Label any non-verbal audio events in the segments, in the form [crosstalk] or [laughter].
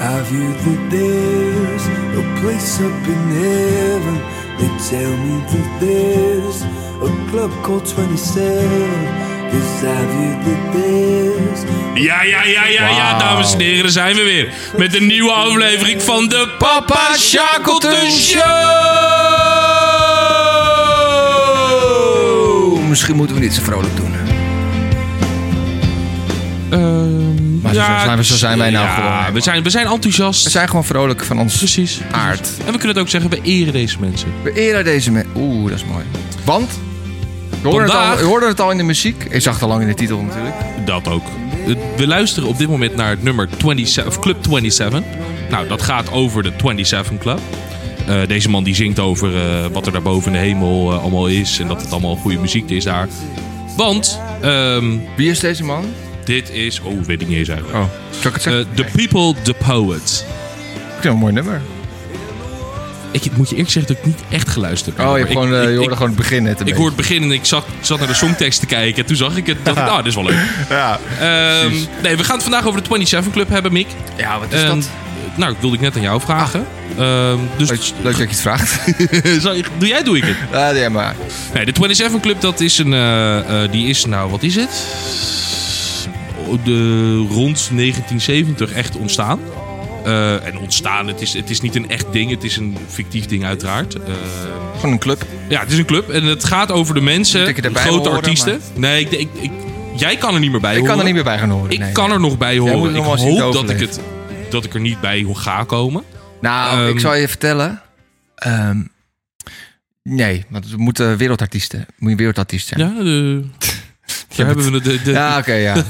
I've heard that there's a place up in heaven. They tell me that there's a club called 27. Cause I've heard that there's Ja, ja, ja, ja, ja, Wauw. dames en heren, daar zijn we weer. Met een nieuwe aflevering van de Papa Shackleton Show! Oh, Misschien moeten we niet zo vrolijk doen. Ehm, Maar zo zijn we- zo zijn wij nou ja, gewoon. We zijn, we zijn enthousiast. We zijn gewoon vrolijk van ons Precies. aard. En we kunnen het ook zeggen, we eren deze mensen. We eren deze mensen. Oeh, dat is mooi. Want. Je hoorde, Vandaag- het al, je hoorde het al in de muziek. Ik zag het al lang in de titel natuurlijk. Dat ook. We luisteren op dit moment naar het nummer 27, of Club 27. Nou, dat gaat over de 27 Club. Eh, deze man die zingt over eh, wat er daar boven in de hemel eh, allemaal is. En dat het allemaal goede muziek is daar. Want, ehm, Wie is deze man? dit is... Oh, weet ik niet eens eigenlijk. Oh, zal ik het Eh, zeggen? the People, The Poet. Ik vind het een mooi nummer. Ik moet je eerlijk zeggen dat ik niet echt geluisterd heb. Oh, je, hebt Ik- gewoon, eh, ik- je ik- hoorde gewoon het begin net een Ik hoorde beetje. het begin en ik zat, zat naar de songtekst te kijken. En toen zag ik het. Dacht ik, ah, dit is wel leuk. Ja. Ehm, nee, we gaan het vandaag over de 27 Club hebben, Mick. ja, wat is Ehm, Dus dat? Ah. Nou, dat wilde ik net aan jou vragen. Ehm, Leuk, dus leuk dat je het vraagt. [laughs] zal ik- doe jij, doe ik het. Ah, ja, maar. Nee, de 27 Club, dat is een. eh, eh, die is nou, wat is het? Oh, De, rond 1970 echt ontstaan. Eh, en ontstaan, het is, het is niet een echt ding, het is een fictief ding, uiteraard. Ehm, Gewoon een club. Ja, het is een club en het gaat over de Moet mensen, ik er de erbij grote horen, artiesten. Nee, ik, ik, ik- jij kan er niet meer bij Ik horen. kan er niet meer bij gaan horen. Ik nee. kan er nog bij horen. moet het ik nog wel eens hoop niet dat ik, het, dat ik er niet bij ga komen. Nou, Ehm, ik zal je vertellen. Ehm, nee, want we moeten wereldartiesten. Moet je wereldartiest zijn. Ja, de, [laughs] daar hebben we de... de Ja, [laughs] oké, ja.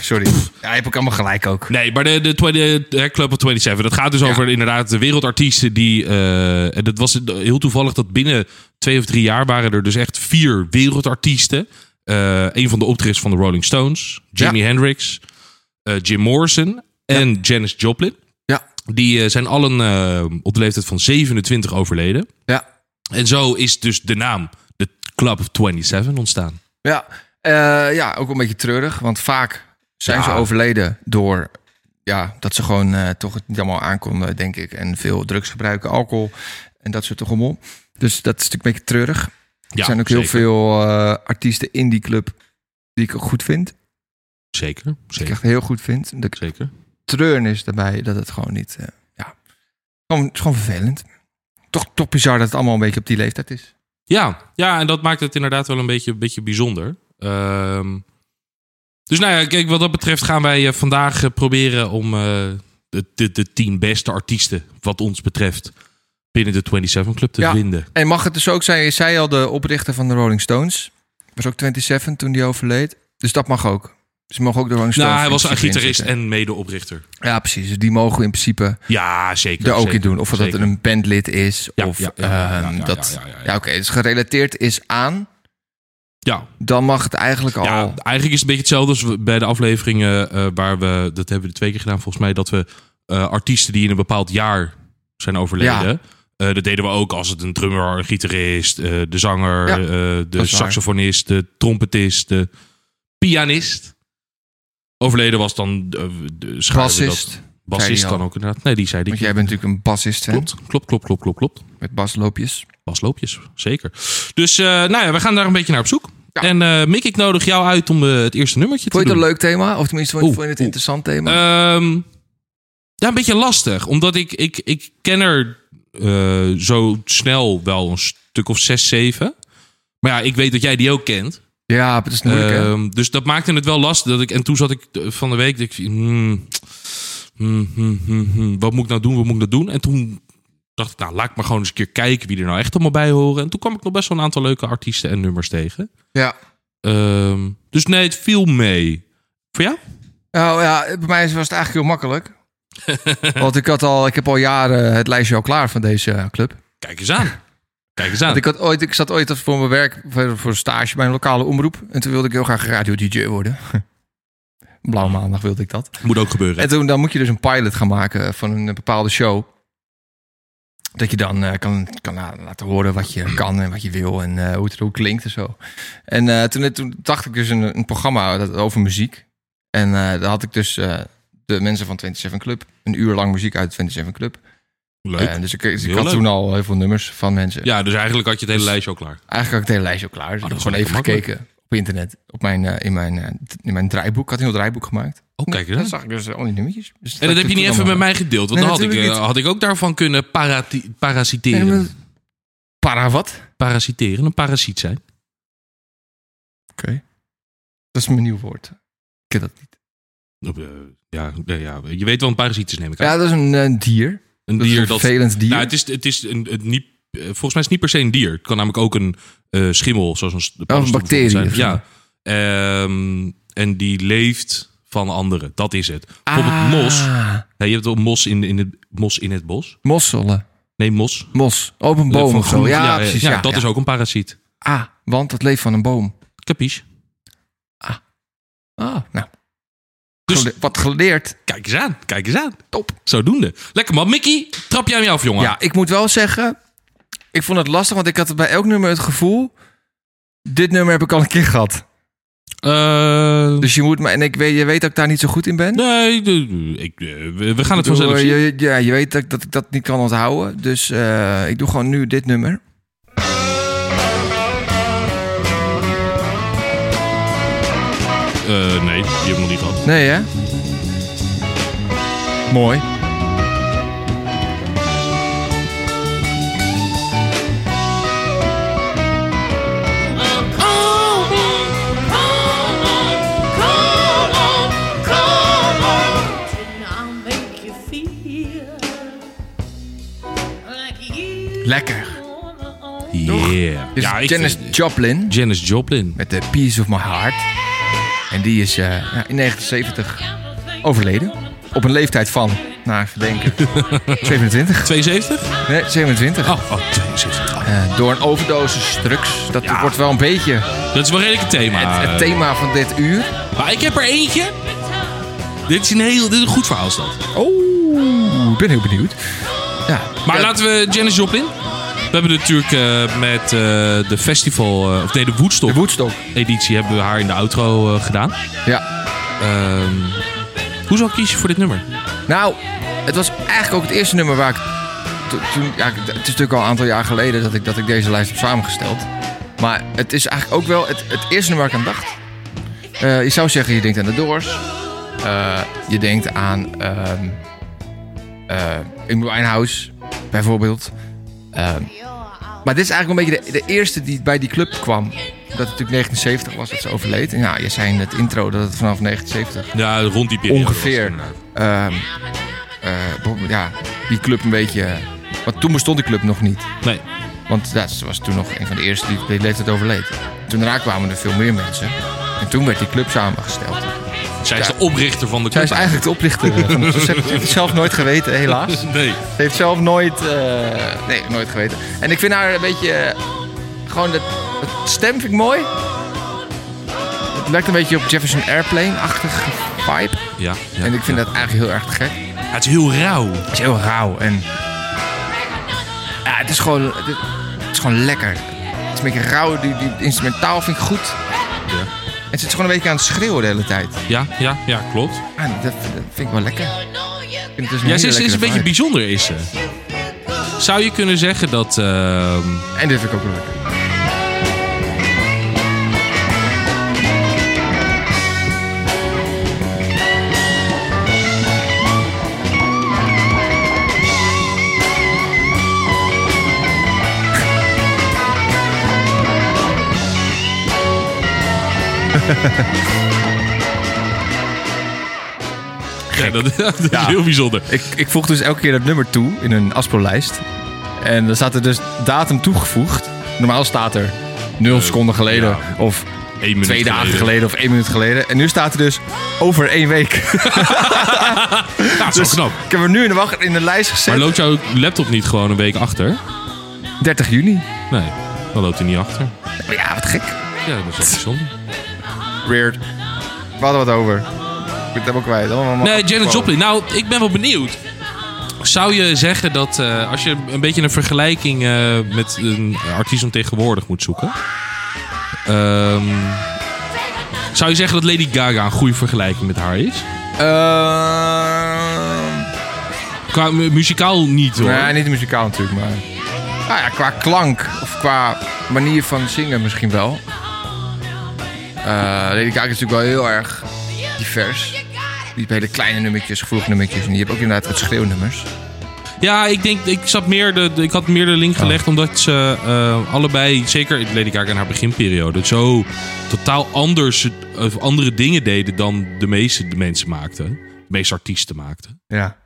Sorry. Ja, je hebt ook allemaal gelijk ook. Nee, maar de, de, 20 de Club of 27. Dat gaat dus Ja. over inderdaad de wereldartiesten die... eh, en dat was heel toevallig dat binnen twee of drie jaar waren er dus echt vier wereldartiesten. Eh, een van de optredens van de Rolling Stones. Jimi Hendrix. eh, Jim Morrison. En Janis Joplin. Ja, Die eh, zijn allen eh, op de leeftijd van 27 overleden. ja, En zo is dus de naam de Club of 27 ontstaan. ja. Eh, ja, ook een beetje treurig. Want vaak zijn Ja. ze overleden door... Ja, dat ze gewoon eh, toch het niet allemaal aankonden, denk ik. En veel drugs gebruiken, alcohol en dat soort gemoel. Dus dat is natuurlijk een beetje treurig. Ja, er zijn ook zeker, heel veel eh, artiesten in die club die ik ook goed vind. Die Zeker, ik zeker, echt heel goed vind. De zeker. treurnis daarbij dat het gewoon niet... eh, ja, gewoon, het is gewoon vervelend. Toch, toch bizar dat het allemaal een beetje op die leeftijd is. Ja, ja, en dat maakt het inderdaad wel een beetje, een beetje bijzonder. Ehm, dus nou ja, kijk, wat dat betreft gaan wij eh, vandaag eh, proberen om eh, de, de, de tien beste artiesten, wat ons betreft, binnen de 27 Club te Ja. vinden. En mag het dus ook zijn, je zei al, de oprichter van de Rolling Stones. Was ook 27 toen die overleed. Dus dat mag ook. Dus die mogen ook de Rolling Stones... Nou, hij in was een principe gitarist inzetten. en medeoprichter. Ja, precies. Dus die mogen we in principe Ja, zeker. er ook zeker, in doen. Of dat zeker. het een bandlid is. Ja, of ja, ja, ja, ja, ehm, ja, dat... ja, Ja, ja, ja, ja. oké. dus gerelateerd is aan. Ja, Dan mag het eigenlijk al... Ja, eigenlijk is het een beetje hetzelfde als we- bij de afleveringen eh, waar we, dat hebben we twee keer gedaan volgens mij, dat we eh, artiesten die in een bepaald jaar zijn overleden. Ja. eh, dat deden we ook als het een drummer, een gitarist, eh, de zanger, Ja, eh, dat de is waar. saxofonist, de trompetist, de pianist. Overleden was dan eh, de schrijver. Bassist. bassist Zei hij kan al. ook inderdaad. Nee, die zei die. Want jij bent natuurlijk een bassist, hè? Klopt, klopt, klopt, klopt, klopt, klopt. Met basloopjes. Basloopjes, zeker. Dus eh, nou ja, we gaan daar een beetje naar op zoek. Ja. En eh Mick, ik nodig jou uit om eh, het eerste nummertje Vond je te het doen. een leuk thema? Of tenminste, vond je, Oeh, vond je het oeh. een interessant thema? Ehm, ja, een beetje lastig. Omdat ik, ik, ik ken er eh, zo snel wel een stuk of zes, zeven. Maar ja, ik weet dat jij die ook kent. ja, dat is moeilijk, hè? Ehm, dus dat maakte het wel lastig. Dat ik, en toen zat ik eh, van de week... dacht Ik, hmm, hmm, hmm, hmm, hmm, wat moet ik nou doen? Wat moet ik nou doen? En toen dacht ik, nou, laat ik maar gewoon eens een keer kijken... wie er nou echt allemaal bij horen. En toen kwam ik nog best wel een aantal leuke artiesten en nummers tegen. Ja. Ehm, dus nee, het viel mee. Voor jou? Nou ja, bij mij was het eigenlijk heel makkelijk. Want ik, had al, ik heb al jaren het lijstje al klaar van deze eh, club. Kijk eens aan. Kijk eens aan. Want ik, had ooit, ik zat ooit voor mijn werk, voor, voor stage bij een lokale omroep. En toen wilde ik heel graag radio-dj worden. [laughs] Blauw maandag wilde ik dat. Moet ook gebeuren. En toen dan moet je dus een pilot gaan maken van een bepaalde show. Dat je dan eh, kan, kan la- laten horen wat je kan en wat je wil en eh, hoe het er ook klinkt en zo. En eh, toen, toen dacht ik dus een, een programma dat- over muziek. En eh, daar had ik dus eh, de mensen van 27 Club. Een uur lang muziek uit 27 Club. Leuk. Eh, dus ik, dus ik Heel had leuk. toen al heel veel nummers van mensen. ja, dus eigenlijk had je het hele lijstje al klaar. Eigenlijk had ik het hele lijstje al klaar. Dus Oh, ik dat heb is gewoon wel even lekker gekeken op internet. Op mijn, eh, in, mijn, eh, in mijn draaiboek. Ik had een heel draaiboek gemaakt. Oh, kijk Dat eens. zag ik dus al die nummertjes. Dus En dat heb je niet even met mij gedeeld, want dan Nee, had ik, natuurlijk eh, had ik ook daarvan kunnen parati- parasiteren. Para wat? Parasiteren, een parasiet zijn. Oké. Dat is mijn nieuw woord. Ik ken dat niet. Op, eh, Ja, eh, ja, je weet wel een parasiet is, neem ik aan. Ja, dat is een eh, dier. een Dat is dier een dat... vervelend dier. Nou, het is, het is een, het niet, eh, volgens mij is het niet per se een dier. Het kan namelijk ook een eh, schimmel, zoals een, s- de paddenstoel bacterie bijvoorbeeld of zijn. Ja. Ehm, en die leeft van anderen. Dat is het. Bijvoorbeeld mos. Ah, Ja, je hebt wel mos in, in, het, mos in het bos. mosselen. Nee, mos. Mos. Op een Van boom of groen- zo. Ja, precies. Ja, dat ja. is ook een parasiet. Ah, want dat leeft van een boom. Capiche? Ah, nou. Dus- Gele- wat geleerd. Kijk eens aan, kijk eens aan. Top. Zodoende. Lekker man. Mickey, trap jij me af, jongen? Ja, ik moet wel zeggen... Ik vond het lastig, want ik had bij elk nummer het gevoel... Dit nummer heb ik al een keer gehad. Eh, Dus je moet me... En ik weet, je weet dat ik daar niet zo goed in ben. nee, de- ik, eh, we- we gaan het Ik bedoel, eh, vanzelf zien. je, ja, je weet dat, ik- dat ik dat niet kan onthouden. Dus eh, ik doe gewoon nu dit nummer. Eh, nee, die heb ik nog niet gehad. Nee, hè? Mooi. Lekker. Yeah. Dit is Ja, ik Janis vind- Joplin Janis Joplin. met de Piece of My Heart. En die is eh, ja, in 1970 overleden. Op een leeftijd van, nou even denken, [laughs] 27. 72? Nee, 27. Oh, oh 72. Oh, Eh, door een overdosis drugs. Dat Ja. eh, wordt wel een beetje Dat is wel redelijk een thema. het, het thema van dit uur. Maar ik heb er eentje. Dit is een heel dit is een goed verhaal, is dat. Oh, ik ben heel benieuwd. Ja, Maar ja, laten we Janis Joplin. We hebben natuurlijk eh, met eh, de festival, eh, of nee, de de Woodstock Woodstock. editie hebben we haar in de outro eh, gedaan. Ja. Ehm, hoe zou ik kiezen voor dit nummer? Nou, het was eigenlijk ook het eerste nummer waar ik... to- Toen, ja, het is natuurlijk al een aantal jaar geleden dat ik, dat ik deze lijst heb samengesteld. Maar het is eigenlijk ook wel het, het eerste nummer waar ik aan dacht. Eh, je zou zeggen, je denkt aan de Doors. Eh, je denkt aan ehm eh Amy Winehouse, bijvoorbeeld. Ehm, maar dit is eigenlijk een beetje de, de eerste die bij die club kwam. Dat het natuurlijk 1970 was dat ze overleed. En ja, je zei in het intro dat het vanaf 1970 Ja, rond die periode. was het ongeveer inderdaad. ehm, eh, beho- ja, die club een beetje... eh, Want toen bestond die club nog niet. Nee. Want ja, ze was toen nog een van de eerste die die leeftijd overleed. Toen daarna kwamen er veel meer mensen. En toen werd die club samengesteld. Zij is Ja. de oprichter van de Zij club. is eigenlijk de oplichter. eh, van het concept. Ze heeft het zelf nooit geweten, helaas. Ze [laughs] Nee. heeft zelf nooit... eh, nee, nooit geweten. En ik vind haar een beetje... eh, gewoon dat, dat stem vind ik mooi. Het lijkt een beetje op Jefferson Airplane-achtig vibe. Ja, ja, En ik vind ja. dat eigenlijk heel erg te gek. Ja, Het is heel rauw. Het is heel rauw en... Ja, het is gewoon... Het is, het is gewoon lekker. Het is een beetje rauw. Die, die instrumentaal vind ik goed. Ja. En ze is gewoon een beetje aan het schreeuwen de hele tijd. Ja, ja, ja, klopt. Ah, dat, dat vind ik wel lekker. Ik vind het dus Ja, hele ze is, ze is een lekkere beetje vibe. bijzonder, is ze. Zou je kunnen zeggen dat... ehm, En dit vind ik ook wel lekker. ja, dat, [laughs] dat is Ja. heel bijzonder. Ik, ik voeg dus elke keer dat nummer toe in een afspeellijst. En dan staat er dus datum toegevoegd. Normaal staat er 0 seconden geleden Eh, ja. of Eén minuut twee dagen geleden. of één minuut geleden. En nu staat er dus over één week. [laughs] Ja, dat is wel knap. ik heb er nu in de, wacht, in de lijst gezet. Maar loopt jouw laptop niet gewoon een week achter? 30 juni. Nee, dan loopt hij niet achter. Maar ja, wat gek. Ja, [laughs] dat is wel bijzonder. Weird. We hadden wat over. Ik ben het helemaal kwijt. Allemaal Nee, Janet Joplin. Nou, ik ben wel benieuwd. Zou je zeggen dat eh, als je een beetje een vergelijking eh, met een artiest van tegenwoordig moet zoeken... ehm, Ehm, zou je zeggen dat Lady Gaga een goede vergelijking met haar is? Eh, Qua mu- muzikaal niet hoor. Nee, niet muzikaal natuurlijk, maar... Nou ja, qua klank of qua manier van zingen misschien wel. Eh Lady Gaga is natuurlijk wel heel erg divers. Die heeft hele kleine nummertjes, gevoelige nummertjes. En die hebt ook inderdaad wat schreeuwnummers. Ja, ik denk, ik, zat meer de, de- ik had meer de link gelegd omdat ze eh, allebei, zeker Lady Gaga in haar beginperiode, zo totaal anders, eh, andere dingen deden dan de meeste mensen maakten. De meeste artiesten maakten. Ja.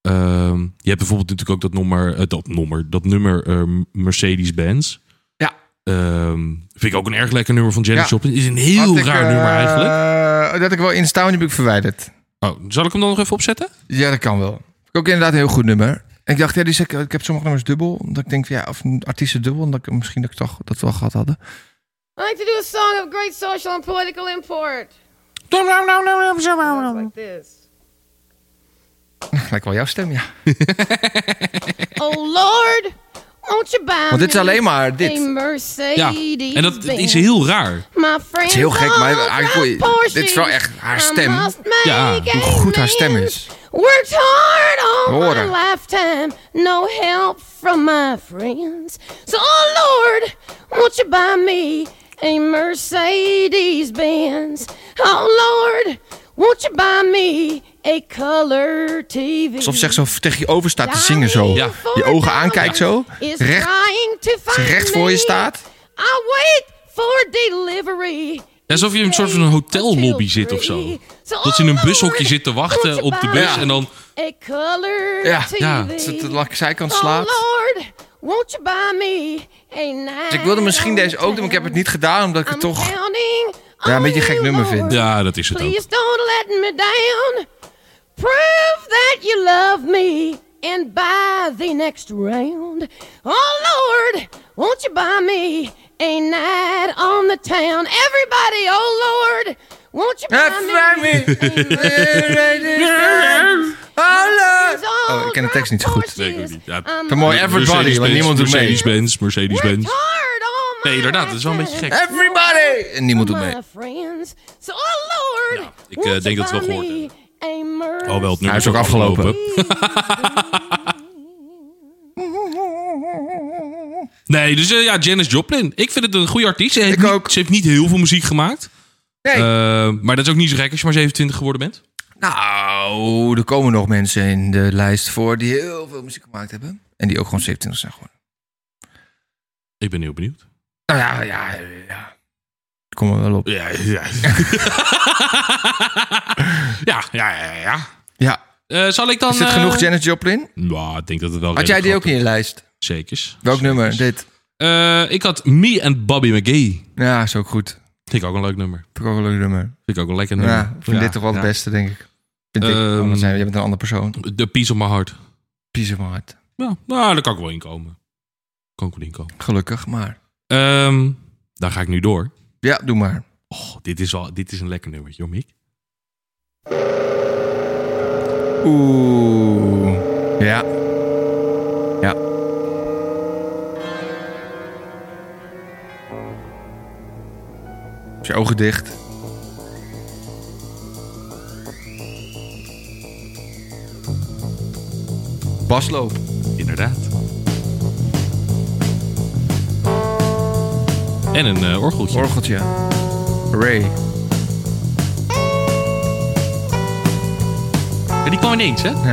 Ehm, je hebt bijvoorbeeld natuurlijk ook dat nummer, eh, dat nummer, dat nummer eh, Mercedes-Benz. Ja. Ehm, vind ik ook een erg lekker nummer van Janis Ja. eh, Joplin. Is een heel raar nummer eigenlijk. eigenlijk. Dat ik wel in staan, oh, die heb ik verwijderd. Oh, zal ik hem dan nog even opzetten? Ja, dat kan wel. Vind ik ook inderdaad een heel goed nummer. En ik dacht, ja, die zeg, ik heb sommige nummers dubbel. Omdat ik denk, van, ja, of een artiesten dubbel. Omdat ik, misschien dat ik toch dat wel gehad hadden. I like to do a song of great social and political import. Sounds like this. [laughs] Lijkt wel jouw stem, ja. Oh Lord, won't you buy Want dit is me alleen maar dit. a Mercedes? Ja. En dat dat is heel raar. Het is heel gek, maar eigenlijk- dit is wel echt haar stem. Ja, Hoe goed haar stem is. Worked hard all Horen. my lifetime, no help from my friends. So, oh Lord, won't you buy me a Mercedes Benz? Oh Lord, won't you buy me a color TV? Alsof ze echt zo tegen je over staat te zingen zo. Ja. Je ogen aankijkt zo. Is Recht, trying to ze find recht voor je me. staat. I wait for delivery. Alsof je in een soort van een hotellobby zit of zo. Dat ze in een bushokje zit te wachten op de bus. Ja. En dan, A color Ja, TV. ja. Dat ze de lak- zijkant Oh slaat. Lord, won't you buy me a night Dus ik wilde misschien deze ook doen, maar ik heb het niet gedaan. Omdat ik I'm het toch... counting Ja, een beetje een on gek you, nummer vind. Lord. ja, dat is het ook. Please don't let me down. Prove that you love me and buy the next round. Oh Lord, won't you buy me a night on the town? Everybody, oh Lord, won't you buy Eh, buy me. me? [laughs] Oh, ik ken de tekst niet zo goed. Nee, ik ook niet. Ja. I'm Een mooi Mercedes-Benz, everybody, want niemand doet mee. Mercedes-Benz, worked Mercedes-Benz. hard all my Nee, inderdaad, dat is wel een beetje gek. Everybody! En niemand doet mee. My friends. So, oh Lord, Ja, ik, won't eh, you denk dat we buy wel gehoord me a mercy? Oh, wel, het nummer Hij is ook afgelopen. Nee, dus eh, ja, Janis Joplin. Ik vind het een goede artiest. Ze heeft, Ik niet, ook. ze heeft niet heel veel muziek gemaakt. Nee. Eh, maar dat is ook niet zo gek als je maar 27 geworden bent. Nou, er komen nog mensen in de lijst voor die heel veel muziek gemaakt hebben. En die ook gewoon 27 zijn geworden. Ik ben heel benieuwd. Nou ja, ja, ja. Ik kom er wel op. Ja, [laughs] ja. ja, ja, ja. ja. Ja. Eh, zal ik dan... Is dit eh, genoeg, Janet Joplin? Nou, ik denk dat het wel Had jij die ook redelijk in je lijst? grappig- Zekers. Welk nummer? Dit. Eh, ik had Me and Bobby McGee. Ja, is ook goed. Vind ik ook een leuk nummer. Vind ik ook een leuk nummer. Vind ik ook een lekker nummer. Ja, ik vind dit toch wel het ja. beste, denk ik. Vind ik. Ehm. Anders zijn we- je bent een andere persoon. The Piece of My Heart. Piece of my heart. Ja, nou, daar kan ik wel in komen. Kan ik wel in komen. Gelukkig, maar... Ehm, dan ga ik nu door. Ja, doe maar. Oh, dit is, al, dit is een lekker nummertje, hoor, Mick. Oeh. Ja. Ja. Is je ogen dicht. Basloop. Inderdaad. En een eh, orgeltje. Orgeltje. Ray. Ja, die kwam ineens, hè? Ja.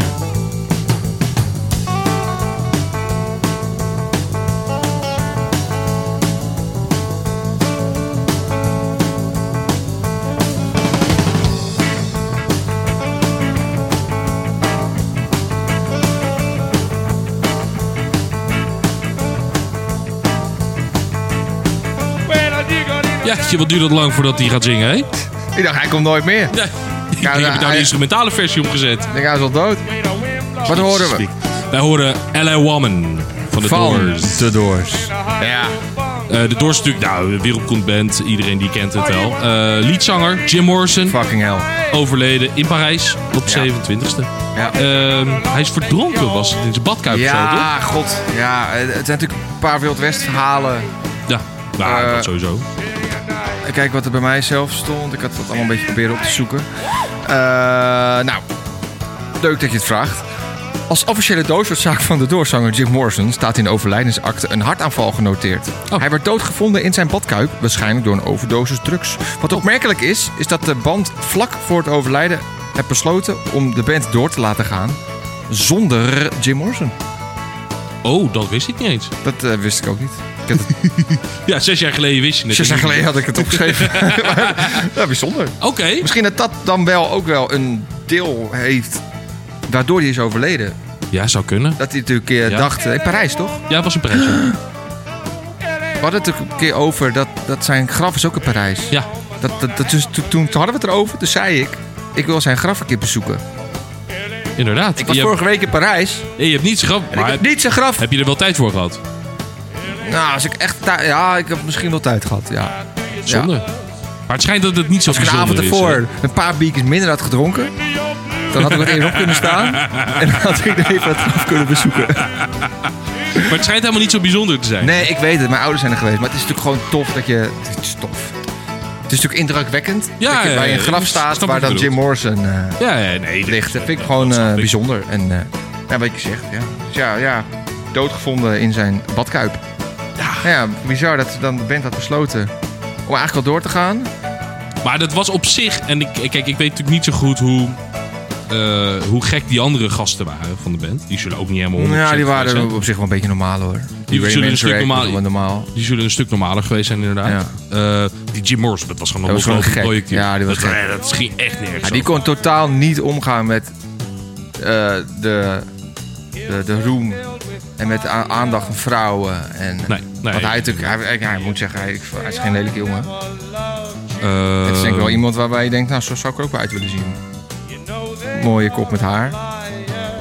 Ja, wat duurt dat lang voordat hij gaat zingen, hè? Ik dacht, hij komt nooit meer. Ja. Ik Ja, heb nou, daar de hij- instrumentale versie op gezet. Ik denk, hij is al dood. Wat horen we? Wij horen L.A. Woman van de Doors. de Doors. Ja. Eh, de Doors is natuurlijk, nou, een wereldberoemd band. Iedereen die kent het wel. Eh, liedzanger Jim Morrison, Fucking hell. overleden in Parijs op 27e. Ja. Ehm, hij is verdronken, was het in zijn badkuip of zo, toch? Ja, god. Ja, eh, het zijn natuurlijk een paar Wild West verhalen. Ja, nou, Eh, dat sowieso. Ik Kijk wat er bij mij zelf stond. Ik had dat allemaal een beetje proberen op te zoeken. Eh, nou, leuk dat je het vraagt. Als officiële doodsoorzaak van de doorzanger Jim Morrison staat in de overlijdensakte een hartaanval genoteerd. Hij werd doodgevonden in zijn badkuip, waarschijnlijk door een overdosis drugs. Wat opmerkelijk is, is dat de band vlak voor het overlijden heeft besloten om de band door te laten gaan zonder Jim Morrison. Oh, dat wist ik niet eens. Dat eh, wist ik ook niet. Ik heb het, Ja, zes jaar geleden wist je het. zes jaar geleden had ik het [laughs] opgeschreven. Maar, ja, bijzonder. Oké. Misschien dat dat dan wel ook wel een deel heeft waardoor hij is overleden. Ja, zou kunnen. Dat hij natuurlijk een keer Ja. dacht, eh, in Parijs toch? Ja, was een prijsje. We hadden het er een keer over dat, dat zijn graf is ook in Parijs. Ja. Dat, dat, dat, dus to- toen, hadden we het erover, toen zei ik, ik wil zijn graf een keer bezoeken. Inderdaad. Ik was je, vorige week in Parijs hebt, je hebt niets grap, en ik maar heb niet zijn graf. heb je er wel tijd voor gehad? Nou, als ik echt thui- ja, ik heb misschien wel tijd gehad, ja. Zonde. Maar het schijnt dat het niet zo Als ik de bijzonder avond is. ervoor een paar biertjes minder had gedronken, dan had ik er even op kunnen [laughs] staan en dan had ik er even het graf kunnen bezoeken. hè. Maar het schijnt helemaal niet zo bijzonder te zijn. Nee, ik weet het. Mijn ouders zijn er geweest. Maar het is natuurlijk gewoon tof dat je... Het is tof. Het is natuurlijk indrukwekkend Ja, dat je bij ja, een ja, graf ik staat snap waar wat je dan Jim bedoelt. Morrison eh Ja, ja, nee. dit- ligt. Dat vind ik gewoon snap eh, ik. bijzonder. En eh, ja, wat je zegt. Ja. Dus ja, ja, doodgevonden in zijn badkuip. Ja. ja, bizar dat dan de band had besloten om eigenlijk al door te gaan. Maar dat was op zich. En ik, kijk, ik weet natuurlijk niet zo goed hoe. eh, hoe gek die andere gasten waren van de band. Die zullen ook niet helemaal. 100% Ja, die waren geweest zijn. op zich wel een beetje normaal hoor. Die Ray zullen een stuk Manzarek was normaal- gewoon normaal. Die zullen een stuk normaler geweest zijn, inderdaad. Eh, die Jim Morrison, dat was gewoon een Dat was gewoon ongelooflijk gek. projectiel. Ja, die was dat, gek. eh, dat ging echt nergens. Ja, die over. kon totaal niet omgaan met eh, de, de, de roem en met de a- aandacht van vrouwen. En, Nee, nee. Want hij, natuurlijk- hij, hij- hij moet zeggen, hij, hij is geen lelijke jongen. Eh, Het is denk ik wel iemand waarbij je denkt, nou zo zou ik er ook wel uit willen zien. Mooie kop met haar.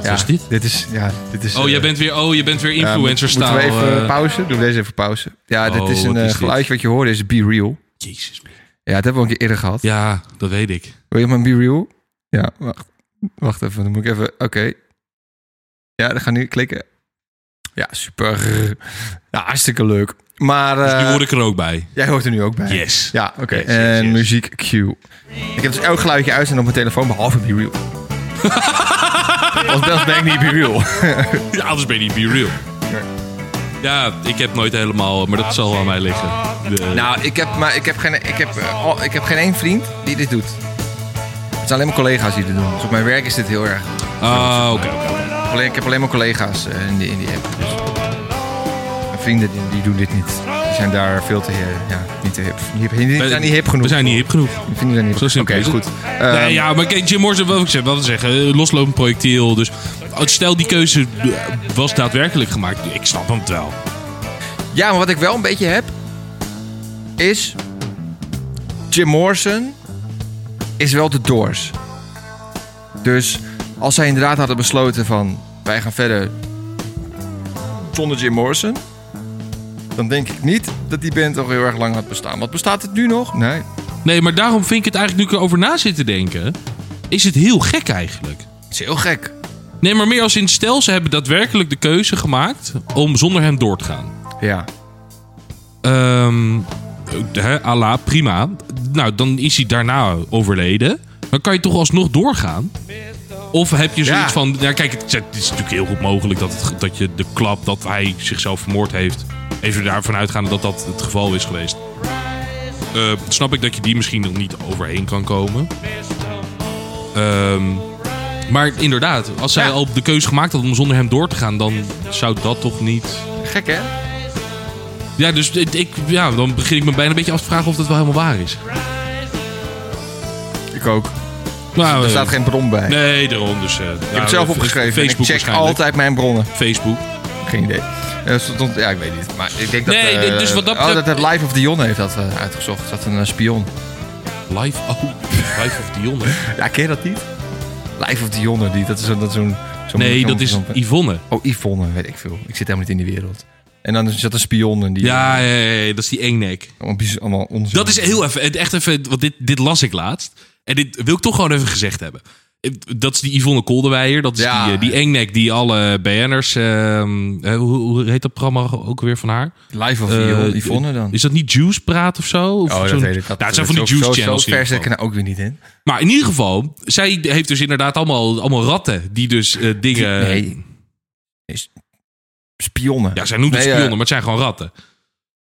ja, is dit? is, ja, dit is... Oh, eh, jij bent weer, oh, je bent weer ja, influencer moet- Moeten we staal, even eh. pauze? Doen we deze even pauze. Ja, dit Oh, is een wat eh, is dit? geluidje wat je hoorde, is Be Real. Jezus. Ja, dat hebben we al een keer eerder gehad. Ja, dat weet ik. Wil je mijn Be Real? Ja, wacht. Wacht even, dan moet ik even... Oké. Ja, dan ga ik nu klikken. Ja, super. [laughs] Ja, hartstikke leuk. Maar Dus nu eh, word ik er ook bij. jij hoort er nu ook bij. Yes. Ja, oké. Yes, yes, en yes. muziek cue. Ik heb dus elk geluidje uit en op mijn telefoon, behalve Be [laughs] Real. Want dat ben ik niet Be [laughs] Real. Ja, anders ben je niet be real. Ja, ik heb nooit helemaal, maar dat zal aan mij liggen. De- nou, ik heb, maar ik heb, geen, ik, heb, eh, al- ik heb geen één vriend die dit doet. Het zijn alleen maar collega's die dit doen. Dus op mijn werk is dit heel erg. Ah, oké. oké. Alleen, ik heb alleen maar collega's eh, in die, in die app. Dus. Mijn vrienden die, die doen dit niet. Die zijn daar veel te, eh, ja, niet te hip. Die, die, die zijn niet hip genoeg. Eh, We zijn niet hip genoeg. Die Vrienden zijn niet hip. Zo simpel Oké, is het. goed. nee, Ehm, ja, maar kijk, Jim Morrison, wat ik zeg, wat ik zeg, eh, loslopend projectiel. Dus oh, stel die keuze eh, was daadwerkelijk gemaakt. Ik snap hem wel. Ja, maar wat ik wel een beetje heb, is Jim Morrison is wel de Doors. Dus als zij inderdaad hadden besloten van wij gaan verder zonder Jim Morrison, dan denk ik niet dat die band nog heel erg lang had bestaan. Want bestaat het nu nog? Nee. Nee, maar daarom vind ik het eigenlijk nu ik erover na zit te denken. Is het heel gek eigenlijk. Het is heel gek. Nee, maar meer als in stel, ze hebben daadwerkelijk de keuze gemaakt om zonder hem door te gaan. Ja. Ehm, hè, ala, prima. Nou, dan is hij daarna overleden. Dan kan je toch alsnog doorgaan? Of heb je zoiets Ja. van... Nou, kijk, het is- het is natuurlijk heel goed mogelijk dat, het, dat je de klap dat hij zichzelf vermoord heeft... Even daarvan uitgaande dat dat het geval is geweest. Eh, snap ik dat je die misschien nog niet overheen kan komen. Ehm, maar inderdaad, als zij Ja. al de keuze gemaakt had om zonder hem door te gaan... dan zou dat toch niet... Gek hè? Ja, dus ik, ik- ja, dan begin ik me bijna een beetje af te vragen of dat wel helemaal waar is. Ik ook. Nou, Er eh, staat geen bron bij. ik Nee, daarom. Dus, eh, heb nou, het zelf eh, opgeschreven. en Facebook ik check waarschijnlijk. altijd mijn bronnen. Facebook. Geen idee. Eh, stond- Ja, ik weet niet. Maar ik denk dat... Nee, eh, dit- dus wat dat oh, dat betreft- heeft Life of Dion heeft dat eh, uitgezocht. Dat een eh, spion. Live, oh, Live of Dionne. Ja, ken je [laughs] dat niet? Life of Dionne, die, dat is zo'n... Dat is zo'n zo'n- Nee, zo'n- dat is zo'n- Yvonne. Oh, Yvonne, weet ik veel. Ik zit helemaal niet in die wereld. En dan is dat een spion en die... eh, Ja, ja, ja, ja, dat is die engnek. Allemaal, bizar- allemaal onzin. Dat is heel even, echt even, want dit, dit las ik laatst. En dit wil ik toch gewoon even gezegd hebben. Dat is die Yvonne Koldewijer. Dat is Ja. die, eh, die engnek die alle BN'ers... ehm, eh, hoe, hoe heet dat programma ook weer van haar? Live of Eh, Rio, Yvonne dan. Is dat niet Juice Praat of zo? Of Oh, zo'n- dat weet ik. Nou, het zijn van die Juice Channels. Zo in ieder ver zit ik geval. er nou ook weer niet in. Maar in ieder geval, zij heeft dus inderdaad allemaal, allemaal ratten die dus eh, dingen... Nee. Is spionnen. Ja, zij noemt het Nee, eh, spionnen, maar het zijn gewoon ratten.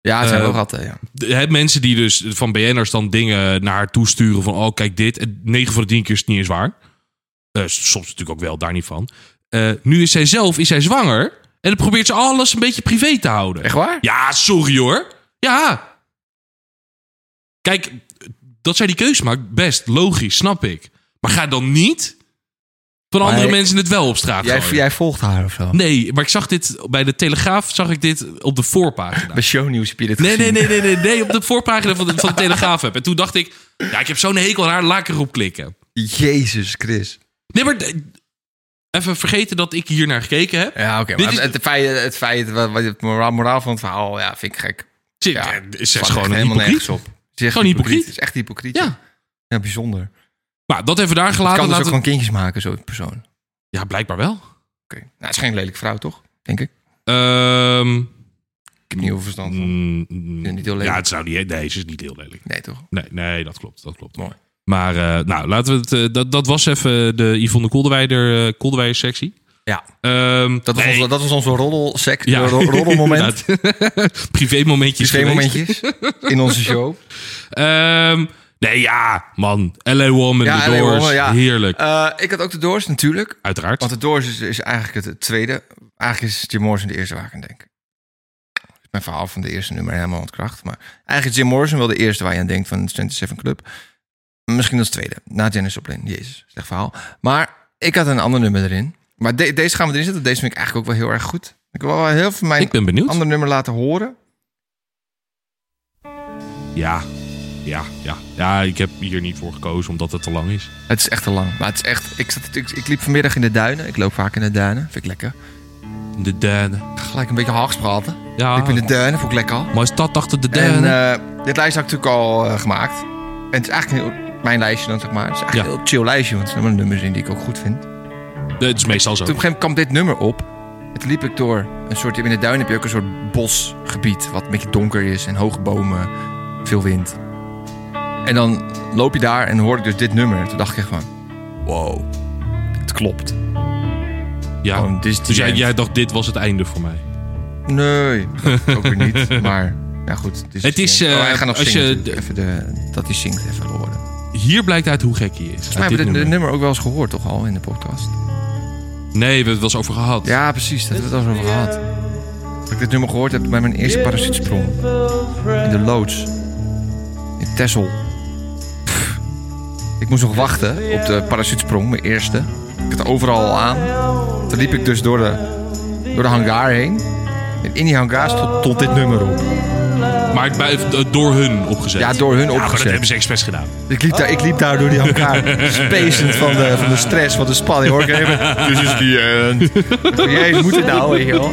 ja, het zijn eh, wel ratten, ja. De- hè, mensen die dus van BN'ers dan dingen naar haar toesturen van... oh, kijk dit. En 9 van de 10 keer is het niet eens waar. Eh, soms natuurlijk ook wel, daar niet van. Eh, nu is zij zelf is zij zwanger. En dan probeert ze alles een beetje privé te houden. Echt waar? Ja, sorry hoor. Ja. Kijk, dat zij die keus maakt, best logisch, snap ik. Maar ga dan niet van andere Maar- mensen het wel op straat Jij, gooien. jij volgt haar of zo? Nee, maar ik zag dit bij de Telegraaf, zag ik dit op de voorpagina. Bij shownieuws heb je dit Nee, nee, gezien. nee, nee, nee, nee, op de voorpagina van de, van de Telegraaf heb. En toen dacht ik, ja, ik heb zo'n hekel aan haar, laat ik erop klikken. Jezus Chris. Nee, maar d- even vergeten dat ik hier naar gekeken heb. Ja, oké. Dit maar is- het, feit, het feit, wat, wat het moraal, moraal van het verhaal, ja, vind ik gek. Ze Ja, ja, ze is slaat gewoon echt een hypocriet. nergens op. Het is echt Gewoon hypocriet. Het is echt hypocriet. Ja. Ja, bijzonder. Maar dat even daar Het gelaten. kan dus ook Laten... gewoon kindjes maken, zo'n persoon. Oké. Ja, blijkbaar wel. Nou, het is geen lelijke vrouw, toch? Denk ik. Ik Ehm heb niet heel veel verstand van. Mm, mm, Ja, niet heel lelijk. Ja, het zou niet, nee, ze is niet heel lelijk. Nee, toch? Nee, nee dat klopt. Dat klopt. Mooi. Maar eh, nou, laten we het. eh, dat, dat was even de Yvonne Kolderweijer, eh Kolderweijer sectie. Ja. Ehm, Dat was, nee, onze, dat was onze roddelsec, Ja. ja. [laughs] roddelmoment. inderdaad. Privémomentjes. Dus geen momentjes in onze show. geweest. Ehm, nee, ja, man. LA Woman, Ja, The LA Doors. Woman, ja. Heerlijk. Eh, ik had ook de Doors natuurlijk. Uiteraard. Want de Doors is, is eigenlijk het tweede. Eigenlijk is Jim Morrison de eerste waar ik aan denk. Is Mijn verhaal van de eerste nummer helemaal ontkracht. Maar eigenlijk is Jim Morrison wel de eerste waar je aan denkt van de 27 Club. Misschien als tweede. Na Janis Joplin. Jezus, slecht verhaal. Maar ik had een ander nummer erin. Maar de- deze gaan we erin zetten. Deze vind ik eigenlijk ook wel heel erg goed. Ik wil wel heel veel mijn ik ben benieuwd. andere nummer laten horen. Ja. Ja, ja. Ja, ik heb hier niet voor gekozen omdat het te lang is. Het is echt te lang. Maar het is echt. Ik, zat, ik, ik liep vanmiddag in de duinen. Ik loop vaak in de duinen. Vind ik lekker. De derde. Ik ga Gelijk een beetje haags praten. Ja. Ik ben in de duinen. Vond ik lekker. Maar is dat achter de derde? En eh, dit lijstje had ik natuurlijk al eh, gemaakt. En het is eigenlijk een heel- mijn lijstje dan, zeg maar. Het is eigenlijk Ja. een heel chill lijstje, want er zijn allemaal nummers in die ik ook goed vind. Toen op het is meestal zo. een gegeven moment kwam dit nummer op. En toen liep ik door een soort... In de duin heb je ook een soort bosgebied... wat een beetje donker is en hoge bomen, veel wind. En dan loop je daar en hoor ik dus dit nummer. En toen dacht ik echt van... Wow, het klopt. Ja. Gewoon, dit is Dus die jij, end. jij dacht, dit was het einde voor mij. [laughs] Nee, dat ook weer niet. Maar ja, goed. Dit Het is, die end. eh, hij gaat nog als zingen. je- natuurlijk. Even de, dat hij zingt even horen. Hier blijkt uit hoe gek hij is. Maar Uit dit hebben we dit nummer. nummer. nummer ook wel eens gehoord, toch al in de podcast? Nee, we hebben het wel eens over gehad. Ja, precies. Dat hebben we het al over gehad. Dat ik dit nummer gehoord heb bij mijn eerste parachutesprong. In de loods. In Texel. Pff. Ik moest nog wachten op de parachutesprong, mijn eerste. Ik had er overal al aan. Toen liep ik dus door de, door de hangar heen. En in die hangar stond, stond dit nummer op. Maar het bij- eh, door hun opgezet. Ja, door hun Ja, maar dat opgezet. hebben ze expres gedaan. Ik liep, daar, ik liep daar door die Oh. hangar, spacend van de, van de stress, van de spanning. Hoor ik even, dit is die end. Jezus, moet het nou, weet je wel.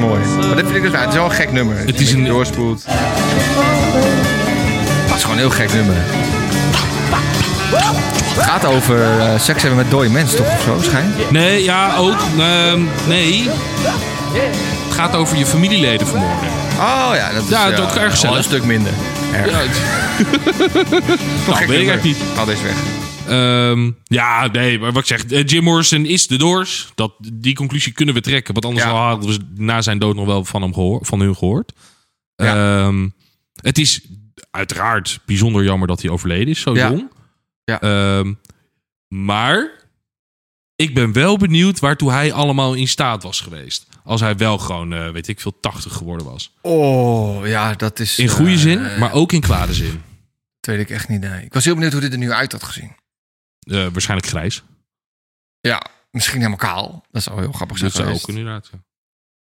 Mooi. Maar dit vind ik dus, nou, het is wel een gek nummer. Het is een- doorspoelt. Het is gewoon een heel gek nummer. Het gaat over eh, seks hebben met dode mensen, toch? Of zo, schijn? Nee, ja, ook. ehm, nee. Het gaat over je familieleden vermoorden. Oh ja, dat is Ja, het is ook erg wel gezellig. een stuk minder. Erg. Ja, [laughs] het- nou, weet ik eigenlijk niet. Haal Oh, deze weg. Ehm, ja, nee, maar wat ik zeg. eh, Jim Morrison is de Doors. Dat, die conclusie kunnen we trekken. Want anders Ja. hadden we na zijn dood nog wel van, hem gehoor, van hun gehoord. Ja. Ehm, het is uiteraard bijzonder jammer dat hij overleden is. Zo Ja. jong. Ja. Ehm, maar ik ben wel benieuwd waartoe hij allemaal in staat was geweest. Als hij wel gewoon, eh, weet ik veel, 80 geworden was. Oh, ja, dat is... In goede eh, zin, maar ook in kwade zin. Dat weet ik echt niet, nee. Ik was heel benieuwd hoe dit er nu uit had gezien. Eh, waarschijnlijk grijs. Ja, misschien helemaal kaal. Dat zou heel grappig zijn Dat zou ook geweest. kunnen, inderdaad. ja.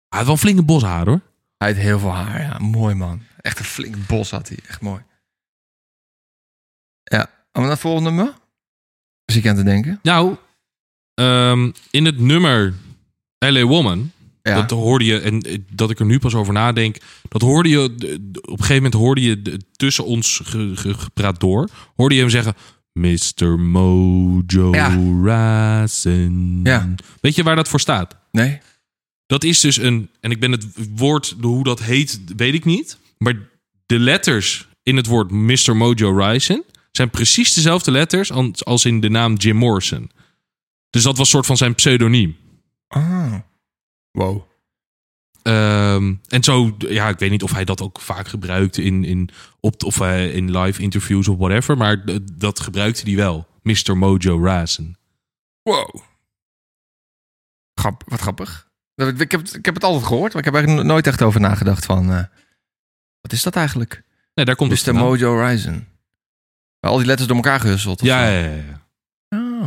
Hij had wel een flinke boshaar hoor. Hij heeft heel veel haar, ja. Mooi man. Echt een flink bos had hij. Echt mooi. Ja, gaan we naar het volgende nummer? Was ik aan te denken? Nou, ehm, in het nummer LA Woman, Ja. dat hoorde je, en eh, dat ik er nu pas over nadenk, dat hoorde je, eh, op een gegeven moment hoorde je eh, tussen ons ge- ge- gepraat door, hoorde je hem zeggen, Mr. Mojo Ja. Racing. Ja. Weet je waar dat voor staat? Nee? Dat is dus een, en ik ben het woord, hoe dat heet, weet ik niet. Maar de letters in het woord Mr. Mojo Racing zijn precies dezelfde letters als- als in de naam Jim Morrison. Dus dat was soort van zijn pseudoniem. Ah. Wow. Ehm, en zo, ja, ik weet niet of hij dat ook vaak gebruikte in, in, op, of, eh, in live interviews of whatever. Maar d- dat gebruikte hij wel. Mr. Mojo Racing. Wow. Grap, wat grappig. Dat Ik, ik, heb, het- ik heb het altijd gehoord, maar ik heb er eigenlijk no- nooit echt over nagedacht van... eh, wat is dat eigenlijk? Nee, daar komt Dus het de vandaan. Mojo Horizon. Waar al die letters door elkaar gehusteld. of Ja, zo. ja, ja, ja. Oh.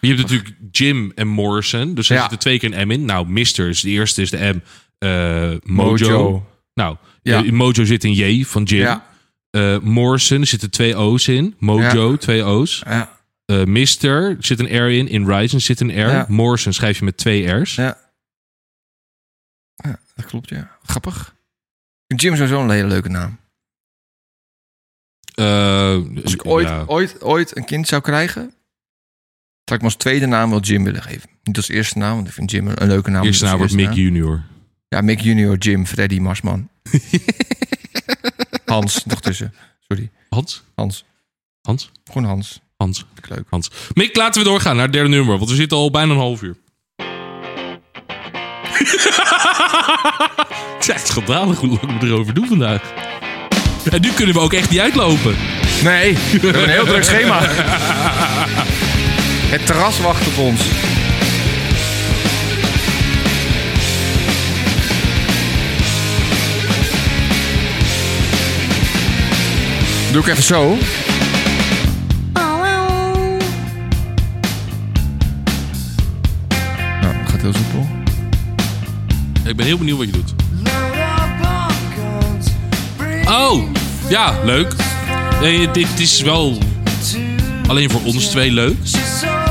Je hebt natuurlijk Jim en Morrison. Dus er Ja. zitten twee keer een M in. Nou, Mr. is de eerste, is de M. Eh, Mojo. Nou, Ja. eh, Mojo zit een J van Jim. Ja. Eh, Morrison er zitten twee O's in. Mojo, twee O's. Ja. Eh Mister zit een R in. In Ryzen zit een R. Ja. Morrison schrijf je met twee R's. Ja. Ja, dat klopt, ja. Grappig. Jim is sowieso een hele leuke naam. Eh, Als ik ooit, ja. ooit, ooit een kind zou krijgen, zou ik me als tweede naam wel Jim willen geven. Niet als eerste naam, want ik vind Jim een, een leuke naam. Eerste Dus naam als wordt Mick Junior. Ja, Mick Junior, Jim, Freddy, Marsman. [laughs] Hans, nog tussen. Sorry, Hans? Hans. Hans? Gewoon Hans. Hans? Vind ik leuk. Hans. Mick, laten we doorgaan naar het derde nummer. Want we zitten al bijna een half uur. [laughs] het is echt schandalig hoe lang we erover doen vandaag. En nu kunnen we ook echt niet uitlopen. Nee, [laughs] we hebben een heel druk schema. [laughs] Het terras wacht op ons. Doe ik even zo. Nou, gaat heel soepel. Ik ben heel benieuwd wat je doet. Oh, ja, leuk. Nee, dit is wel alleen voor ons twee leuk.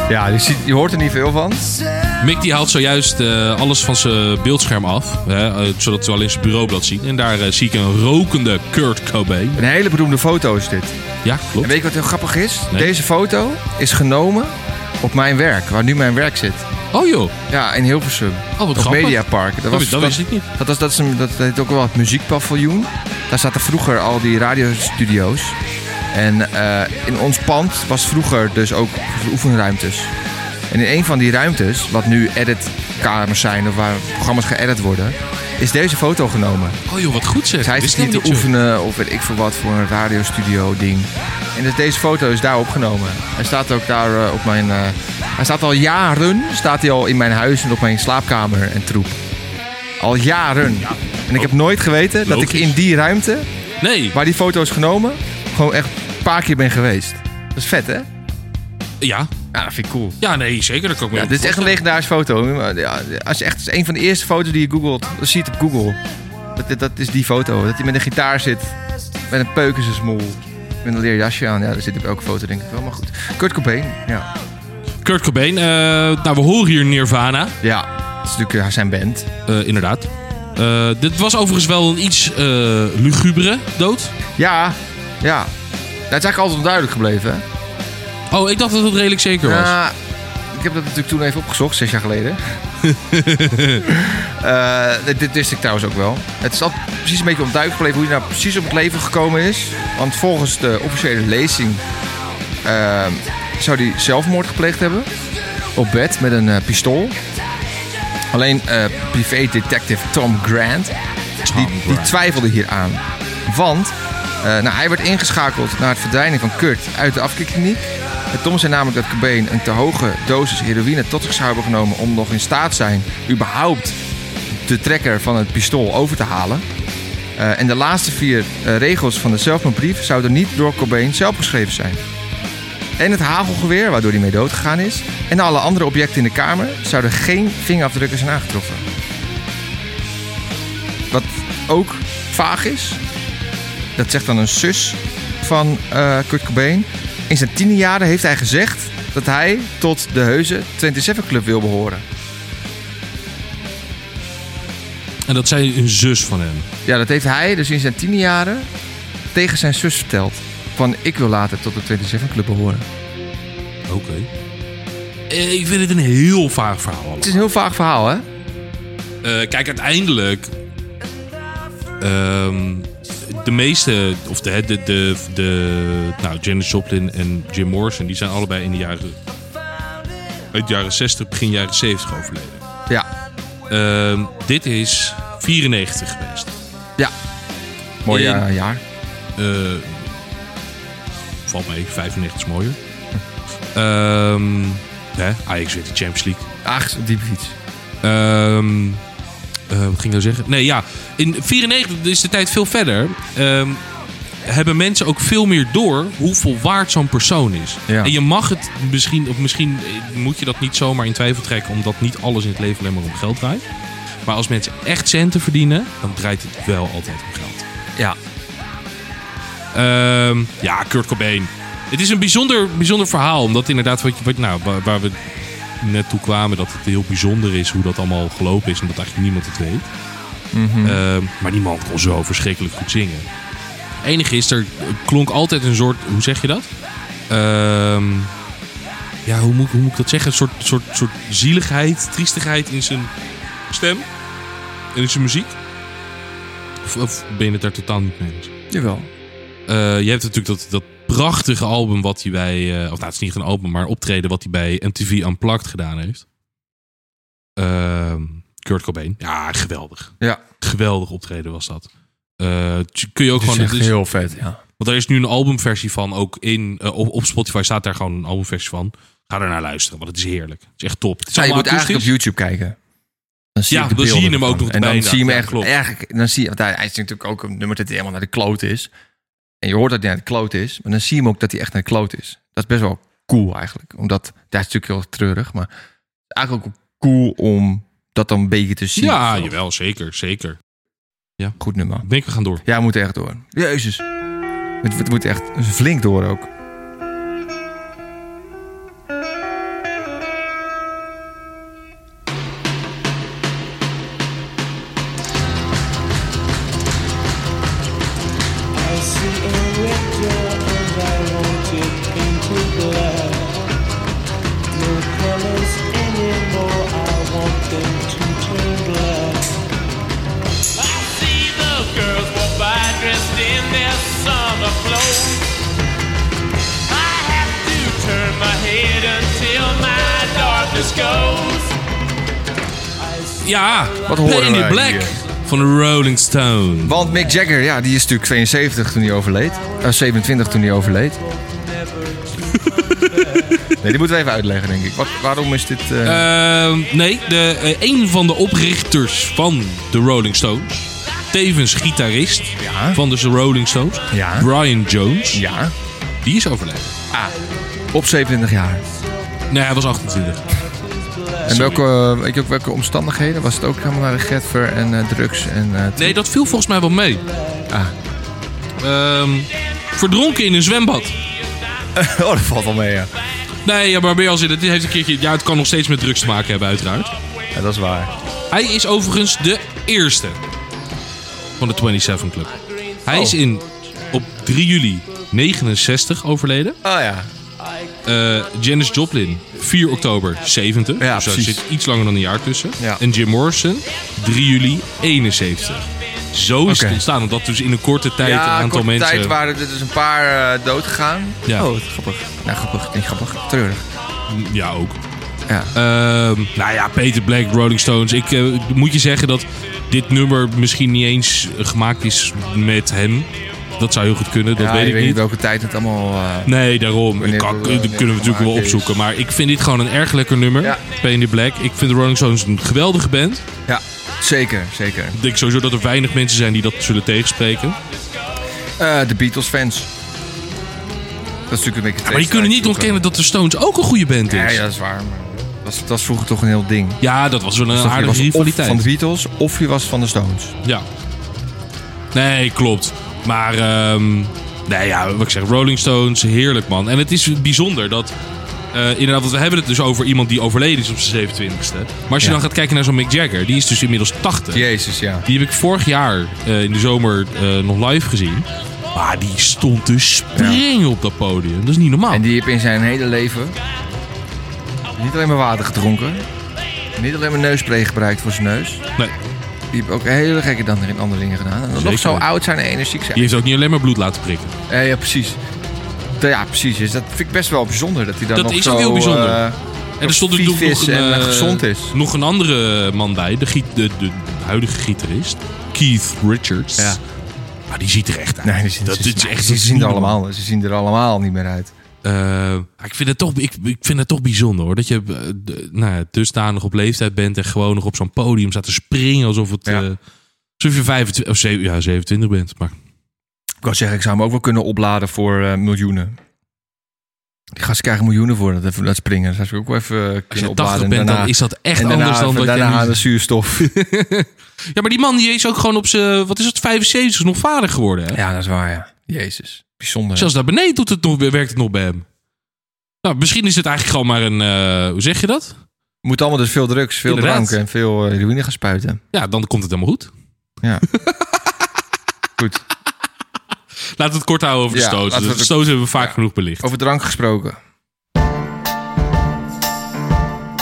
Ja, je, ziet, je hoort er niet veel van. Mick die haalt zojuist eh, alles van zijn beeldscherm af. Hè, eh, zodat we alleen zijn bureaublad zien. En daar eh, zie ik een rokende Kurt Cobain. Een hele beroemde foto is dit. Ja, En klopt. weet je wat heel grappig is? Nee. Deze foto is genomen op mijn werk, waar nu mijn werk zit. Oh joh. Ja, in Hilversum. Oh, wat op grappig. Mediapark. Dat, wist- dat wist ik niet. Dat, was, dat, is een, dat heet ook wel het muziekpaviljoen. Daar zaten vroeger al die radiostudio's. En eh, in ons pand was vroeger dus ook oefenruimtes. En in een van die ruimtes, wat nu editkamers zijn of waar programma's geëdit worden, is deze foto genomen. Oh joh, wat goed zeg. Zij Wist zit ik niet te joh. oefenen of weet ik veel wat voor een radiostudio ding. En dus deze foto is daar opgenomen. Hij staat ook daar eh, op mijn... eh, hij staat al jaren staat hij al in mijn huis en op mijn slaapkamer en troep. Al jaren. En ik heb nooit geweten dat Logisch. ik in die ruimte Nee, waar die foto is genomen... gewoon echt een paar keer ben geweest. Dat is vet, hè? ja. Ja, dat vind ik cool. Ja, nee, zeker. Dat kan ik me Ja, dit is echt een legendarische foto. Maar Ja, als je echt het is een van de eerste foto's die je googelt, dat zie je het op Google. Dat, dat, dat is die foto. Dat hij met een gitaar zit, met een peuk in zijn smoel, met een leerjasje aan. Ja, dat zit op elke foto denk ik wel, maar goed. Kurt Cobain, ja. Kurt Cobain. eh, nou, we horen hier Nirvana. Ja, dat is natuurlijk eh, zijn band. Eh, inderdaad. Eh, dit was overigens wel een iets eh lugubere dood. Ja, ja. Dat is eigenlijk altijd onduidelijk gebleven, hè? Oh, ik dacht dat het redelijk zeker was. Ja, Nou, ik heb dat natuurlijk toen even opgezocht, zes jaar [laughs] geleden. Eh, dit, dit wist ik trouwens ook wel. Het is altijd precies een beetje onduidelijk gebleven hoe hij nou precies op het leven gekomen is. Want volgens de officiële lezing eh, zou hij zelfmoord gepleegd hebben. Op bed met een eh, pistool. Alleen eh privé-detective Tom Grant die, Tom die Grant. twijfelde hieraan. Want eh, nou, hij werd ingeschakeld naar het verdwijning van Kurt uit de afkikkliniek. En Tom zei namelijk dat Cobain een te hoge dosis heroïne tot zich zou hebben genomen... om nog in staat zijn überhaupt de trekker van het pistool over te halen. Eh, en de laatste vier eh, regels van de zelfmoordbrief zouden niet door Cobain zelf geschreven zijn. En het hagelgeweer, waardoor hij mee dood gegaan is... en alle andere objecten in de kamer zouden geen vingerafdrukken zijn aangetroffen. Wat ook vaag is. Dat zegt dan een zus van eh, Kurt Cobain. In zijn tiende jaren heeft hij gezegd dat hij tot de Heuze 27 Club wil behoren. En dat zei een zus van hem. Ja, dat heeft hij dus in zijn tiende jaren tegen zijn zus verteld. van ik wil later tot de 27 Club behoren. Oké. Eh, Ik vind het een heel vaag verhaal. allemaal. Het is een heel vaag verhaal, hè? Eh, kijk, uiteindelijk. ehm, de meeste, of de, de, de, de nou, Janis Joplin en Jim Morrison, die zijn allebei in de jaren, uit de jaren 60, begin jaren 70 overleden. Ja, Ehm, dit is 94 geweest. ja. Mooi In- eh, jaar. Eh, valt mee, 95 is mooier. Ehm hè, Ajax weer de Champions League. Ach, diepe fiets. Ehm, eh, wat ging ik nou zeggen? Nee, ja. In 94 is de tijd veel verder. Ehm, hebben mensen ook veel meer door hoe volwaard zo'n persoon is. Ja. En je mag het misschien, of misschien eh, moet je dat niet zomaar in twijfel trekken, omdat niet alles in het leven alleen maar om geld draait. Maar als mensen echt centen verdienen, dan draait het wel altijd om geld. Ja. Ehm, ja, Kurt Cobain. Het is een bijzonder, bijzonder verhaal. Omdat inderdaad, wat, je- wat, nou, waar, waar we net toe kwamen, dat het heel bijzonder is hoe dat allemaal gelopen is. Omdat eigenlijk niemand het weet. Ehm, maar die man kon zo verschrikkelijk goed zingen. Het enige is, er klonk altijd een soort, hoe zeg je dat? Ehm, ja, hoe moet, hoe moet ik dat zeggen? Een soort, soort, soort zieligheid, triestigheid in zijn stem. En in zijn muziek. Of, of ben je het daar totaal niet mee eens? Jawel. Eh, je hebt natuurlijk dat, dat prachtige album wat hij bij... eh, of nou, het is niet een album, maar optreden wat hij bij MTV Unplugged gedaan heeft. Ehm, Kurt Cobain. Ja, geweldig. Ja. Geweldig optreden was dat. Eh, t- kun je ook Het is gewoon... echt het is- heel vet, ja. want er is nu een albumversie van, ook in, eh, op, op Spotify staat daar gewoon een albumversie van. Ga er naar luisteren, want het is heerlijk. Het is echt top. Het is Ja, je allemaal moet eigenlijk op akoestisch. YouTube kijken. Dan zie Ja, ik de dan zie je beelden hem ook ervan. nog En dan erbij, zie je hem ja, echt, klopt. eigenlijk- dan zie je, want hij, hij is natuurlijk ook een nummer dat hij helemaal naar de kloot is. En je hoort dat hij naar de kloot is, maar dan zie je hem ook dat hij echt naar de kloot is. Dat is best wel cool eigenlijk. Omdat, dat is natuurlijk heel treurig, maar eigenlijk ook cool om dat dan een beetje te zien. Ja, jawel, zeker, zeker. Goed nummer. Ik denk, we gaan door. Ja, we moeten echt door. Jezus. Het, het moet echt flink door ook. I see a red door and I want it painted black. No colors anymore, I want them to turn black. I see the girls walk by dressed in their summer clothes. I have to turn my head until my darkness goes. Ja, Wat horen Pain in wij Black hier? van de Rolling Stone. Want Mick Jagger, ja, die is natuurlijk 72 toen hij overleed. Eh, 27 toen hij overleed. [laughs] nee, die moeten we even uitleggen, denk ik. Wat, waarom is dit... eh, Ehm, nee, de, eh, een van de oprichters van de Rolling Stones. Tevens gitarist Ja. van de Rolling Stones. Ja. Brian Jones. ja, Die is overleden. op 27 jaar. Nee, hij was 28. En welke, eh, weet je ook welke omstandigheden? Was het ook helemaal naar de getver en eh, drugs? En, eh, t- Nee, dat viel volgens mij wel mee. Ah. Ehm, verdronken in een zwembad. [laughs] oh, dat valt al mee, ja. Nee, ja, maar ben je al zin, het heeft een keertje... Ja, het kan nog steeds met drugs te maken hebben, uiteraard. Ja, dat is waar. Hij is overigens de eerste van de 27 Club. Hij Oh. is in, op 3 juli 69 overleden. Oh ja. Eh, Janis Joplin, 4 oktober 70. Ja, dus daar precies. zit iets langer dan een jaar tussen. Ja. En Jim Morrison, 3 juli 71. Zo is het Oké. ontstaan, omdat dus in een korte tijd ja, een aantal korte mensen... tijd waren er dus een paar eh, dood gegaan. Ja. Oh, wat grappig. Nou, grappig. Niet grappig. Treurig. Ja, ook. Ja. Ehm, nou ja, Peter Black, Rolling Stones. Ik eh, moet je zeggen dat dit nummer misschien niet eens eh, gemaakt is met hem. Dat zou heel goed kunnen, dat ja, weet je ik niet. welke tijd het allemaal... eh, Nee, daarom. Wanneer Ik kan- het, eh, dat wanneer kunnen we het natuurlijk wel gemaakt is. opzoeken. Maar ik vind dit gewoon een erg lekker nummer. Ja. Pain in the Black. Ik vind de Rolling Stones een geweldige band. ja, zeker, zeker. Ik denk sowieso dat er weinig mensen zijn die dat zullen tegenspreken. Eh, de Beatles fans. Dat is natuurlijk een beetje. maar die kunnen niet ontkennen dat de Stones ook een goede band Ja, is. ja, Ja, dat is waar. maar Dat was, dat was vroeger toch een heel ding. dat was wel een Dus je was aardige Of van de rivaliteit. Beatles of je was van de Stones. Ja. Nee, klopt. Maar, ehm, nee, ja, wat ik zeg, Rolling Stones, heerlijk man. En het is bijzonder dat, eh, inderdaad, want we hebben het dus over iemand die overleden is op zijn 27e. Maar als je Ja. dan gaat kijken naar zo'n Mick Jagger, die is dus inmiddels 80. Jezus, ja. Die heb ik vorig jaar eh, in de zomer eh, nog live gezien. Maar die stond te springen op dat podium. Dat is niet normaal. En die heeft in zijn hele leven niet alleen maar water gedronken. Niet alleen maar neuspray gebruikt voor zijn neus. Nee, Die heeft ook hele gekke dan in andere dingen gedaan. En dan Zeker. nog zo oud zijn en energiek zijn. die heeft ook niet alleen maar bloed laten prikken. Ja, ja, precies. Ja, precies. Dus dat vind ik best wel bijzonder. Dat hij dan Dat nog is zo... ook heel bijzonder. eh, En er stond Vief natuurlijk nog is een, en, eh, gezond is. nog een andere man bij, de, giet- de, de huidige gitarist, Keith Richards. Ja. Maar die ziet er echt uit. nee, ze, dat ze, is echt ze dat is zien niet er allemaal, ze zien er allemaal niet meer uit. normaal. Eh, maar ik, vind het toch, ik, ik vind het toch bijzonder hoor. Dat je eh, d- nou, ja, dusdanig op leeftijd bent en gewoon nog op zo'n podium staat te springen alsof, het, Ja. eh, alsof je 25, of zeven- ja, 27 bent. Maar Ik wou zeggen, ik zou hem ook wel kunnen opladen voor eh, miljoenen. Die gasten krijgen miljoenen voor dat, even- dat springen. Dat zou ik ook wel even eh, als kunnen je opladen. 80 En bent, daarna- dan is dat echt en daarna anders dan even- wat jij daarna dus- nu [laughs] de zuurstof. [laughs] Ja, maar die man die is ook gewoon op zijn, wat is het, 75 nog vader geworden. Hè? ja, dat is waar, ja. Jezus. Bijzonder. Zelfs daar beneden doet het nog, werkt het nog bij hem. Nou, misschien is het eigenlijk gewoon maar een, eh, hoe zeg je dat? Moet allemaal dus veel drugs, veel Inderdaad. drank en veel eh, heroïne gaan spuiten. Ja, dan komt het helemaal goed. [laughs] Ja. Goed. Laten we het kort houden over de Ja, stoot. laten we De het- stoot hebben we vaak Ja. Oh. genoeg belicht. Over drank gesproken.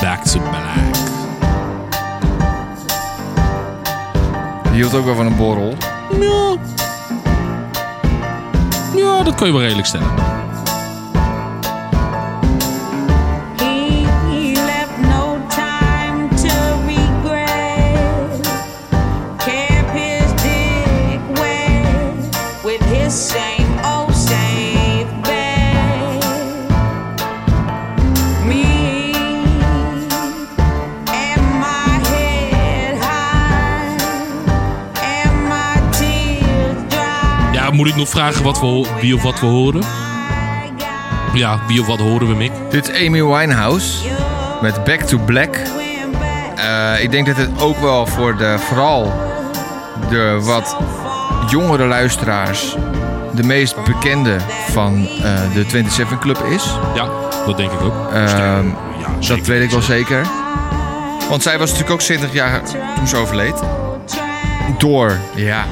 Back to back. Die hield ook wel van een borrel. Ja. ja, dat kun je wel redelijk stellen. He left no time to regret. Kept his dick wet with his same old safe bet. Me and my head high and my tears dry. Ja, moet ik nog vragen wat we, ho- wie of wat we horen? I got Ja, wie of wat horen we, Mick? Dit is Amy Winehouse you met Back to Black. went back Eh, ik denk dat het ook wel voor de, vooral de wat so far. jongere luisteraars de meest bekende van eh, de 27 Club is. Ja, dat denk ik ook. Ehm, ja, dat weet ik wel zeker. Want zij was natuurlijk ook 70 jaar toen ze overleed. Door, ja,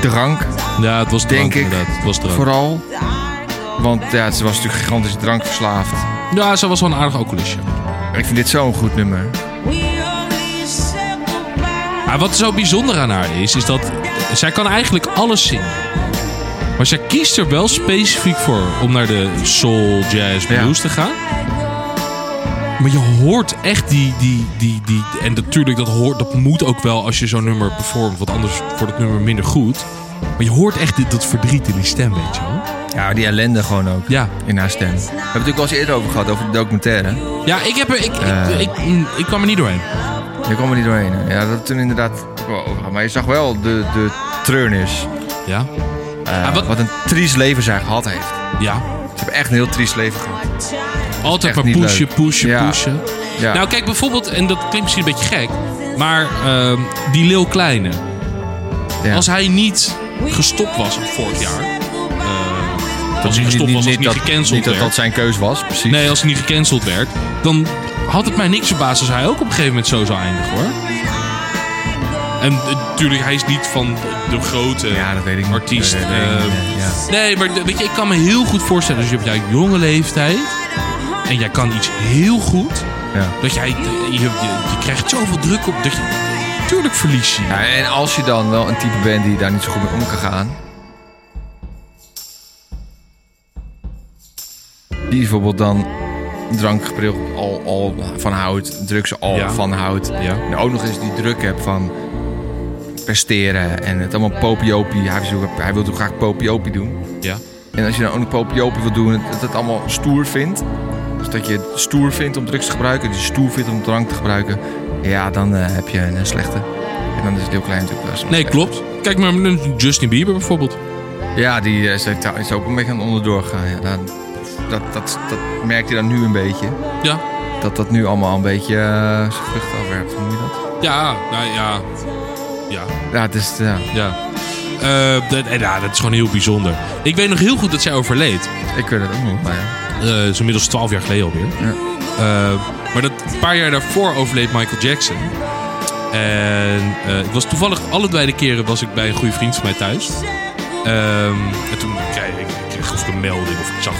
drank Ja, het was drank denk ik. inderdaad. Het was drank. vooral. Want ja, ze was natuurlijk gigantisch drankverslaafd. Ja, ze was wel een aardig alcoholistje. Ik vind dit zo'n goed nummer. We only said goodbye. Maar wat zo bijzonder aan haar is, is dat zij kan eigenlijk alles zingen. Maar zij kiest er wel specifiek voor om naar de soul, jazz, Ja. blues te gaan. Maar je hoort echt die, die, die, die... En natuurlijk, dat, hoort, dat moet ook wel als je zo'n nummer performt. Want anders wordt het nummer minder goed. Maar je hoort echt dit, dat verdriet in die stem, weet je wel. Ja, die ellende gewoon ook. Ja. In haar stem. We hebben het natuurlijk al eens eerder over gehad, over de documentaire. Ja, ik heb er... Ik, Eh. ik, ik, mm, ik kwam er niet doorheen. Daar kwam er niet doorheen. hè. Ja, dat had toen inderdaad ook wel over gehad. Maar je zag wel de, de treurnis. Ja? Eh, Ah, wat- wat... een triest leven zij gehad heeft. Ja? Ze hebben echt een heel triest leven gehad. Altijd Echt maar niet pushen, leuk. pushen, Ja. pushen. Ja. Nou, kijk bijvoorbeeld, en dat klinkt misschien een beetje gek, maar ehm, die Leeuw Kleine. Ja. Als hij niet gestopt was vorig jaar. eh, als hij gestopt was, als hij niet dat, gecanceld niet dat werd. dat zijn keus was, precies. Nee, als hij niet gecanceld werd, dan had het mij niks verbaasd als hij ook op een gegeven moment zo zou eindigen hoor. En eh, natuurlijk, hij is niet van de grote ja, dat weet ik niet. artiest. Dat weet ik niet, ehm, nee, ja. Nee, maar d- weet je, ik kan me heel goed voorstellen. Dus je hebt jouw jonge leeftijd. En jij kan iets heel goed. Ja. Dat jij, je, je, je krijgt zoveel druk op. Dat je, tuurlijk verlies je. Ja, en als je dan wel een type bent die daar niet zo goed mee om kan gaan. Die bijvoorbeeld dan drankgepril al, al van houdt, drugs al Ja. van houdt. Ja. En ook nog eens die druk hebt van presteren en het allemaal popiopie. Hij, wil- hij wil ook graag popiopie doen. Ja. En als je dan ook nog popiopie wil doen, dat het allemaal stoer vindt. Dus dat je het stoer vindt om drugs te gebruiken, dat je het stoer vindt om drank te gebruiken. Ja, dan eh, heb je een eh, slechte. En dan is het heel klein natuurlijk wel. eens een Nee, slechte. klopt. Kijk maar naar Justin Bieber bijvoorbeeld. Ja, die eh, is, is ook een beetje aan het onderdoor gaan. Ja, dan- dat, dat, dat merk je dan nu een beetje. Ja. Dat dat nu allemaal een beetje eh, zijn vruchten afwerpt. Hoe noem je dat? Ja, nou ja. Ja, Ja, het is... ja. ja. Eh, dat, eh, ja, dat is gewoon heel bijzonder. Ik weet nog heel goed dat zij overleed. ik weet het ook nog. Maar ja. Eh, Dat is inmiddels 12 jaar geleden alweer. Ja. Eh, maar dat een paar jaar daarvoor overleed Michael Jackson. En eh, ik was toevallig allebei de keren was ik bij een goede vriend van mij thuis. Ehm, en toen kreeg ik, ik kreeg of ik een melding of ik zag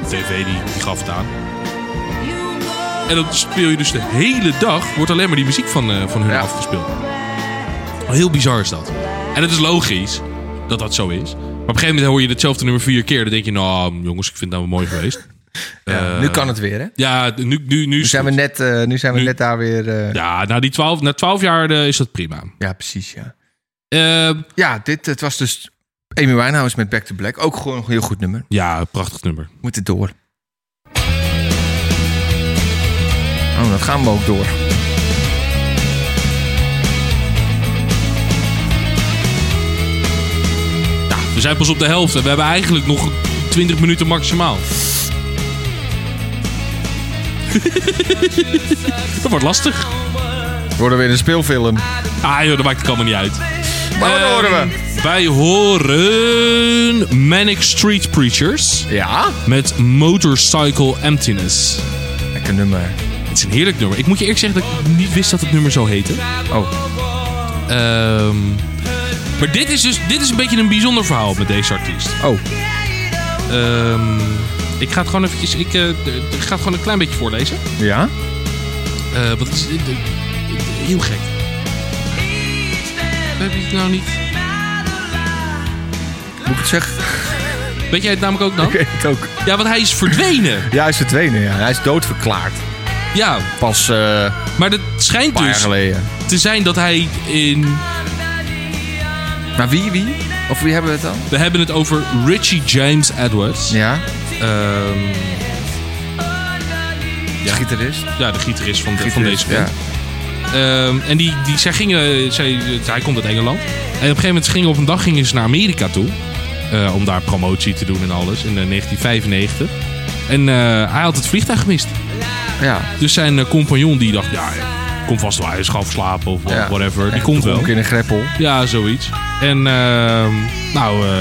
een tv die, die gaf het aan. En dan speel je dus de hele dag, wordt alleen maar die muziek van, eh, van hun Ja. afgespeeld. Heel bizar is dat. En het is logisch dat dat zo is. Maar op een gegeven moment hoor je hetzelfde nummer vier keer. Dan denk je, nou jongens, ik vind dat wel mooi geweest. Ja, Eh, nu kan het weer, hè? Ja, nu, nu, nu, is Nu zijn we het goed. net, eh, nu zijn we Nu- net daar weer... eh, ja. Ja, na die 12 na 12 jaar eh, is dat prima. precies, ja. Ehm, Ja, dit, het was dus Amy Winehouse met Back to Black. Ook gewoon een heel goed nummer. ja, prachtig nummer. Moet het door. Oh, dat gaan we ook door. Ja, we zijn pas op de helft en we hebben eigenlijk nog 20 minuten maximaal. [laughs] dat wordt lastig. Worden weer een speelfilm. Ah joh, dat maakt het allemaal niet uit. Maar wat horen we? Wij horen Manic Street Preachers Ja? met Motorcycle Emptiness. Lekker nummer. Het is een heerlijk nummer. Ik moet je eerlijk zeggen dat ik niet wist dat het nummer zo heette. Oh, Ehm, maar dit is dus dit is een beetje een bijzonder verhaal met deze artiest. oh. Ehm, ik ga het gewoon eventjes, ik, eh, d- ik ga het gewoon een klein beetje voorlezen. Ja? Eh, want het is eh, eh, heel gek. Heb je het nou niet? Moet ik het zeggen? Weet jij het namelijk ook dan? [laughs] [laughs] Ik weet het ook. Ja, want hij is verdwenen. Ja, hij is verdwenen, ja. Hij is doodverklaard. Ja, Pas eh, maar dat een schijnt paar jaar dus geleden. te zijn dat hij in... Maar wie, wie? Of wie hebben we het dan? We hebben het over Richie James Edwards. Ja, Ehm, Ja. gitarist. ja, de gitarist van, de- van Gitarist, deze band. Ehm, en die, die, zij gingen, zij, hij komt uit Engeland. En op een gegeven moment gingen op een dag gingen ze naar Amerika toe. eh, om daar promotie te doen en alles. In eh, 1995. En eh, hij had het vliegtuig gemist. Ja, Dus zijn eh, compagnon die dacht, ja, eh, kom vast wel, hij is gaan slapen of Ja. whatever. Die Echt komt wel. dronken in een greppel. Ja, zoiets. En ehm, nou, eh,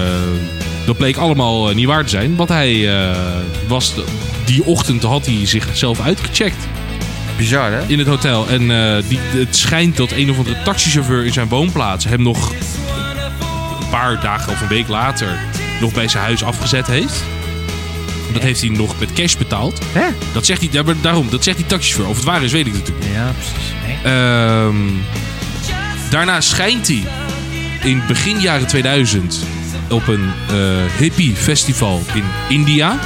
dat bleek allemaal eh, niet waar te zijn. Want hij eh, was, die ochtend had hij zichzelf uitgecheckt Bizar, hè? in het hotel. En eh, die, het schijnt dat een of andere taxichauffeur in zijn woonplaats hem nog een paar dagen of een week later nog bij zijn huis afgezet heeft. Dat heeft hij nog met cash betaald. Hè? Dat zegt hij, ja, maar daarom, dat zegt die taxichauffeur. Of het waar is, weet ik natuurlijk niet. Ja, precies. Ehm, daarna schijnt hij in begin jaren 2000 op een eh hippie festival in India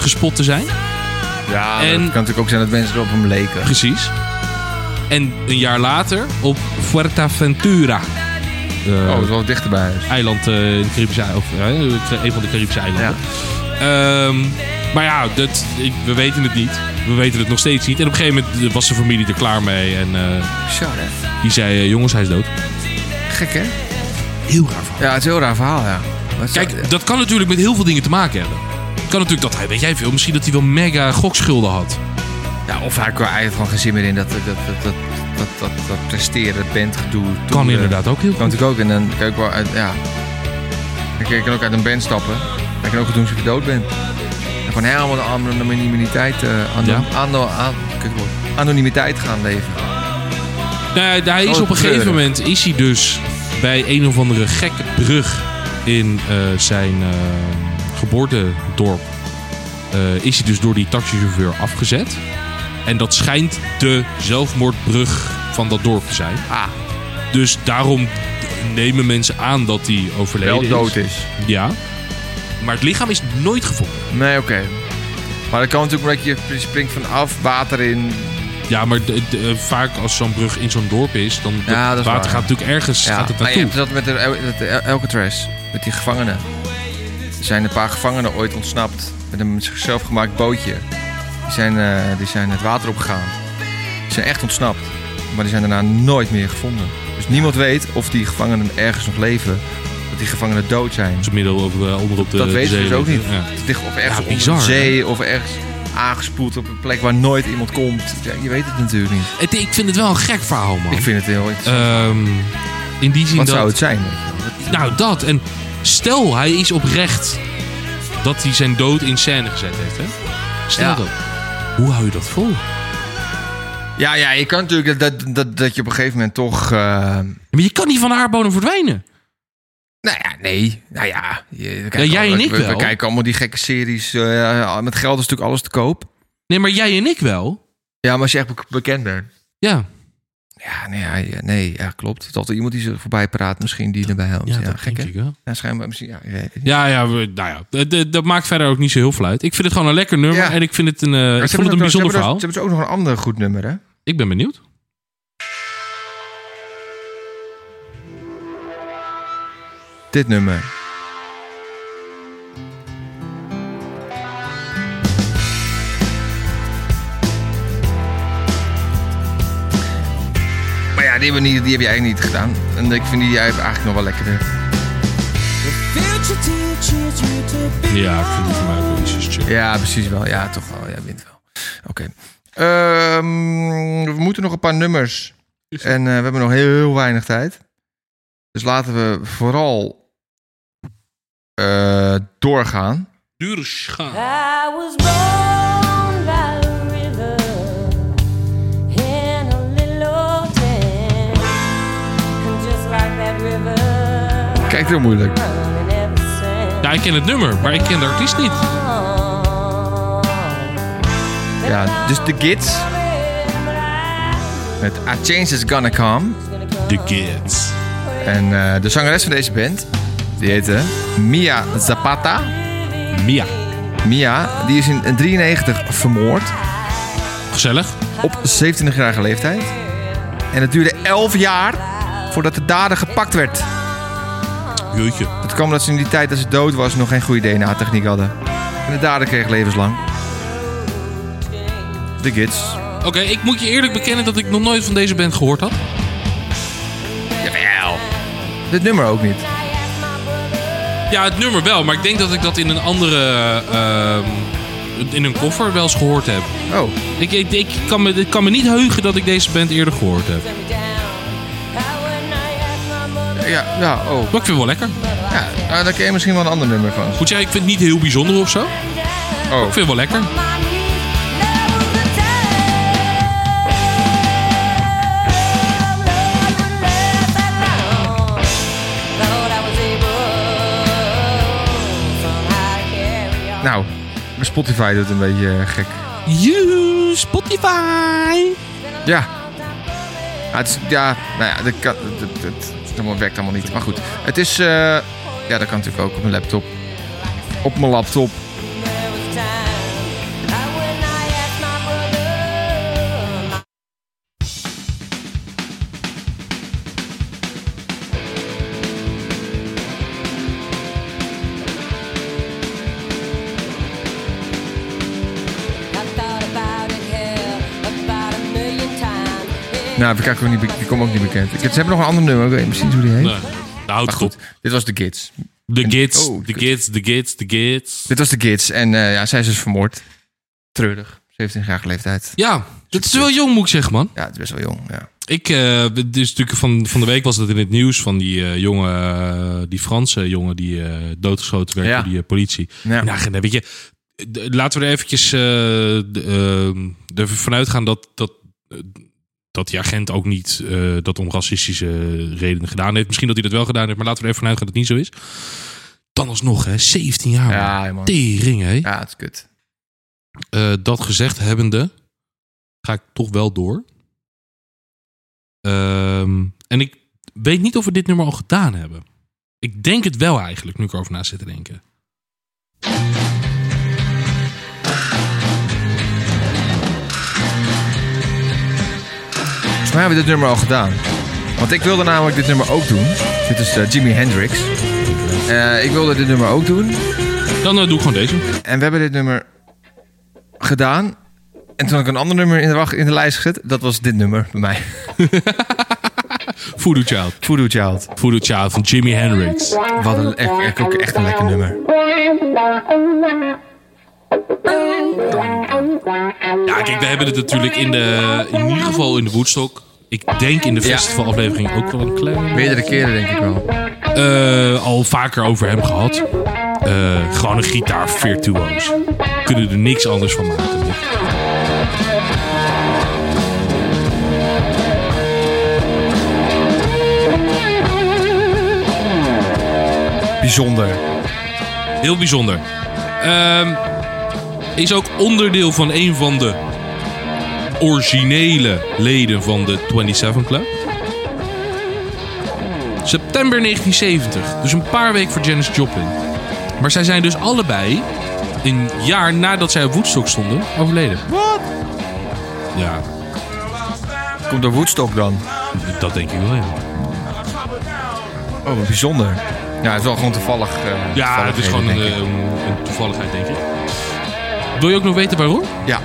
gespot te zijn. Ja, En- het kan natuurlijk ook zijn dat mensen erop hem leken. Precies. En een jaar later op Fuerteventura. Eh, Oh, het is wel dichter bij huis. eiland eh, in de Caribische of eh, een van de Caribische eilanden. Ehm, maar ja, dat, ik- we weten het niet. We weten het nog steeds niet. En op een gegeven moment was zijn familie er klaar mee. En eh, Bizar, hè? die zei, eh, jongens, hij is dood. Gek, hè? Heel raar verhaal. Ja, het is een heel raar verhaal, ja. Maar het- Kijk, dat kan natuurlijk met heel veel dingen te maken hebben. Kan natuurlijk dat hij, weet jij veel, misschien dat hij wel mega gokschulden had. ja, of hij had er eigenlijk gewoon geen zin meer in dat, dat, dat, dat, dat, dat, dat, presteren, bandgedoe. Kan toeren. inderdaad ook heel eh, Kan goed. natuurlijk ook. En dan kan ik wel uit, ja. Dan kan je kan ook uit een band stappen. Dan kan je ook goed doen alsof je dood bent. En gewoon helemaal de anonimiteit, immuniteit, eh, ano- Ja. ano- an- kutwoord. anonimiteit gaan leven. Nou, ja, hij is Oh, op een gegeven treurig. moment is hij dus bij een of andere gekke brug in eh, zijn eh, geboortedorp. eh, is hij dus door die taxichauffeur afgezet. En dat schijnt de zelfmoordbrug van dat dorp te zijn. Ah, Dus daarom nemen mensen aan dat hij overleden wel is. dood is. Ja. Maar het lichaam is nooit gevonden. Nee, oké. Maar dat kan natuurlijk omdat je springt vanaf, water in. Ja, maar de- de- eh, vaak als zo'n brug in zo'n dorp is, dan Ja, dat het is water waar. gaat natuurlijk ergens Ja. gaat het maar je naartoe. hebt dat met de, El- met de El- Alcatraz, met die gevangenen. Er zijn een paar gevangenen ooit ontsnapt met een zichzelf gemaakt bootje. Die zijn, eh, die zijn het water opgegaan. Die zijn echt ontsnapt. Maar die zijn daarna nooit meer gevonden. Dus niemand weet of die gevangenen ergens nog leven. Of die gevangenen dood zijn. Zo midden op, eh, onder op de dat de weten ze zee dus ook niet. liggen. Ja. Het ligt of ergens Ja, onder bizar, de hè? zee. Of ergens aangespoeld op een plek waar nooit iemand komt. Ja, je weet het natuurlijk niet. Het- ik vind het wel een gek verhaal, man. Ik vind het heel interessant. Ehm, in die zin Wat dat... zou het zijn? weet je wel? Nou, dat. En stel, hij is oprecht dat hij zijn dood in scène gezet heeft, hè? Stel Ja. dat. Hoe hou je dat vol? Ja, ja, je kan natuurlijk dat, dat, dat, dat je op een gegeven moment toch... eh, Maar je kan niet van de aardbodem verdwijnen. Nou ja, nee. Nou ja. je- we kijken jij allemaal- en ik we, we wel. kijken allemaal die gekke series. eh, met geld is natuurlijk alles te koop. Nee, maar jij en ik wel. Ja, maar als je echt be- bekend bent. Ja. Ja, nee, ja, ja, nee ja, klopt. Het is altijd iemand die ze voorbij praat misschien die erbij helpt. Ja, gek hè? denk ik wel. Ja, schijnbaar misschien. Ja, ik weet het niet. Ja, ja, we- nou ja. d- d- Dat maakt verder ook niet zo heel veel uit. Ik vind het gewoon een lekker nummer. Ja. En ik vind het een, eh, Maar ik ze vond het een hebben bijzonder nog- ze hebben nog- verhaal. Ze hebben dus ook nog een ander goed nummer, hè? Ik ben benieuwd. Dit nummer. Maar ja, die, hebben we niet, die heb jij eigenlijk niet gedaan. En ik vind die jij eigenlijk nog wel lekkerder. Ja, ik vind het voor mij ook wel ietsjes chill. Ja, precies wel. Ja, toch wel. Jij wint wel. Oké. Ehm, we moeten nog een paar nummers. En eh, we hebben nog heel weinig tijd. Dus laten we vooral eh, doorgaan. Duurscha. I was born by a river in a little old town. And just like that river, Kijk, heel moeilijk. running ever since. Ja, Nou, ik ken het nummer, maar ik ken de artiest niet. Ja, dus The Gids met A Change Is Gonna Come. The Kids. En eh, de zangeres van deze band, die heette Mia Zapata. Mia. Mia, die is in 93 vermoord Gezellig. op 27-jarige leeftijd. En het duurde 11 jaar voordat de dader gepakt werd. Jeetje. Dat kwam omdat ze in die tijd dat ze dood was nog geen goede DNA-techniek hadden. En de dader kreeg levenslang. The Gids. Oké, ik moet je eerlijk bekennen dat ik nog nooit van deze band gehoord had. Jawel. Dit nummer ook niet. Ja, het nummer wel, maar ik denk dat ik dat in een andere... ehm, in een koffer wel eens gehoord heb. Oh, Ik, ik, ik, kan me, ik kan me niet heugen dat ik deze band eerder gehoord heb. ja, ja, oh. Maar ik vind het wel lekker. Ja, nou, daar ken je misschien wel een ander nummer van. Goed zeggen, ik vind het niet heel bijzonder of zo. Maar Oh. ik vind het wel lekker. Nou, mijn Spotify doet een beetje eh, gek. You, Spotify. Ja. Ja, het is, ja, nou ja, dat kan, dat, dat, het allemaal werkt allemaal niet. Maar goed, het is... eh, ja, dat kan natuurlijk ook op mijn laptop. Op mijn laptop. Nou, we kijken ook niet, be- die komen ook niet bekend. Ik, ze hebben nog een ander nummer, ik weet misschien niet hoe die heet. Nee, daar houdt Maar nou, het op. goed, dit was The Kids. The Gids, Oh, The kut. Gids, The Gids, The Gids. Dit was The Kids en eh, ja, zij is dus vermoord. Treurig, 17-jarige leeftijd. Ja, dat is wel jong, moet ik zeggen, man. Ja, het is best wel jong, ja. Ik, eh, dit is natuurlijk van, van de week was dat in het nieuws van die eh, jongen, eh, die Franse jongen die eh, doodgeschoten werd Ja. door die eh, politie. Ja. Nou, Agenda, weet je, d- laten we er eventjes eh, d- eh, ervan vanuitgaan dat, dat, eh, dat die agent ook niet eh, dat om racistische redenen gedaan heeft. Misschien dat hij dat wel gedaan heeft, maar laten we er even vanuit gaan dat het niet zo is. Dan alsnog, hè, 17 jaar. man. Ja, man. Tering, hè. Ja, het is kut. Eh, dat gezegd hebbende, ga ik toch wel door. Ehm, en ik weet niet of we dit nummer al gedaan hebben. Ik denk het wel eigenlijk, nu ik erover na zit te denken. Volgens mij hebben we dit nummer al gedaan. Want ik wilde namelijk dit nummer ook doen. Dit is eh, Jimi Hendrix. Eh, ik wilde dit nummer ook doen. Dan eh, doe ik gewoon deze. En we hebben dit nummer gedaan. En toen had ik een ander nummer in de, wacht, in de lijst gezet. Dat was dit nummer bij mij. Voodoo Child. Voodoo Child. Voodoo Child van Jimi Hendrix. Wat een, echt, echt, ook echt een lekker nummer. Ja, kijk, we hebben het natuurlijk in de... In ieder geval in de Woodstock. Ik denk in de festivalaflevering ook wel een klein... Meerdere keren denk ik wel. eh, al vaker over hem gehad. Eh, gewoon een gitaar virtuoos. Kunnen er niks anders van maken. bijzonder. Heel bijzonder. Ehm, is ook onderdeel van een van de originele leden van de 27 Club. September 1970, dus een paar weken voor Janis Joplin. Maar zij zijn dus allebei een jaar nadat zij op Woodstock stonden overleden. Wat? Ja, Komt door Woodstock dan? dat denk ik wel, ja. Oh, wat bijzonder. Ja, het is wel gewoon toevallig. eh, Ja, het is gewoon een, toevalligheden, denk ik. eh, een toevalligheid, denk ik. Wil je ook nog weten waarom? Ja.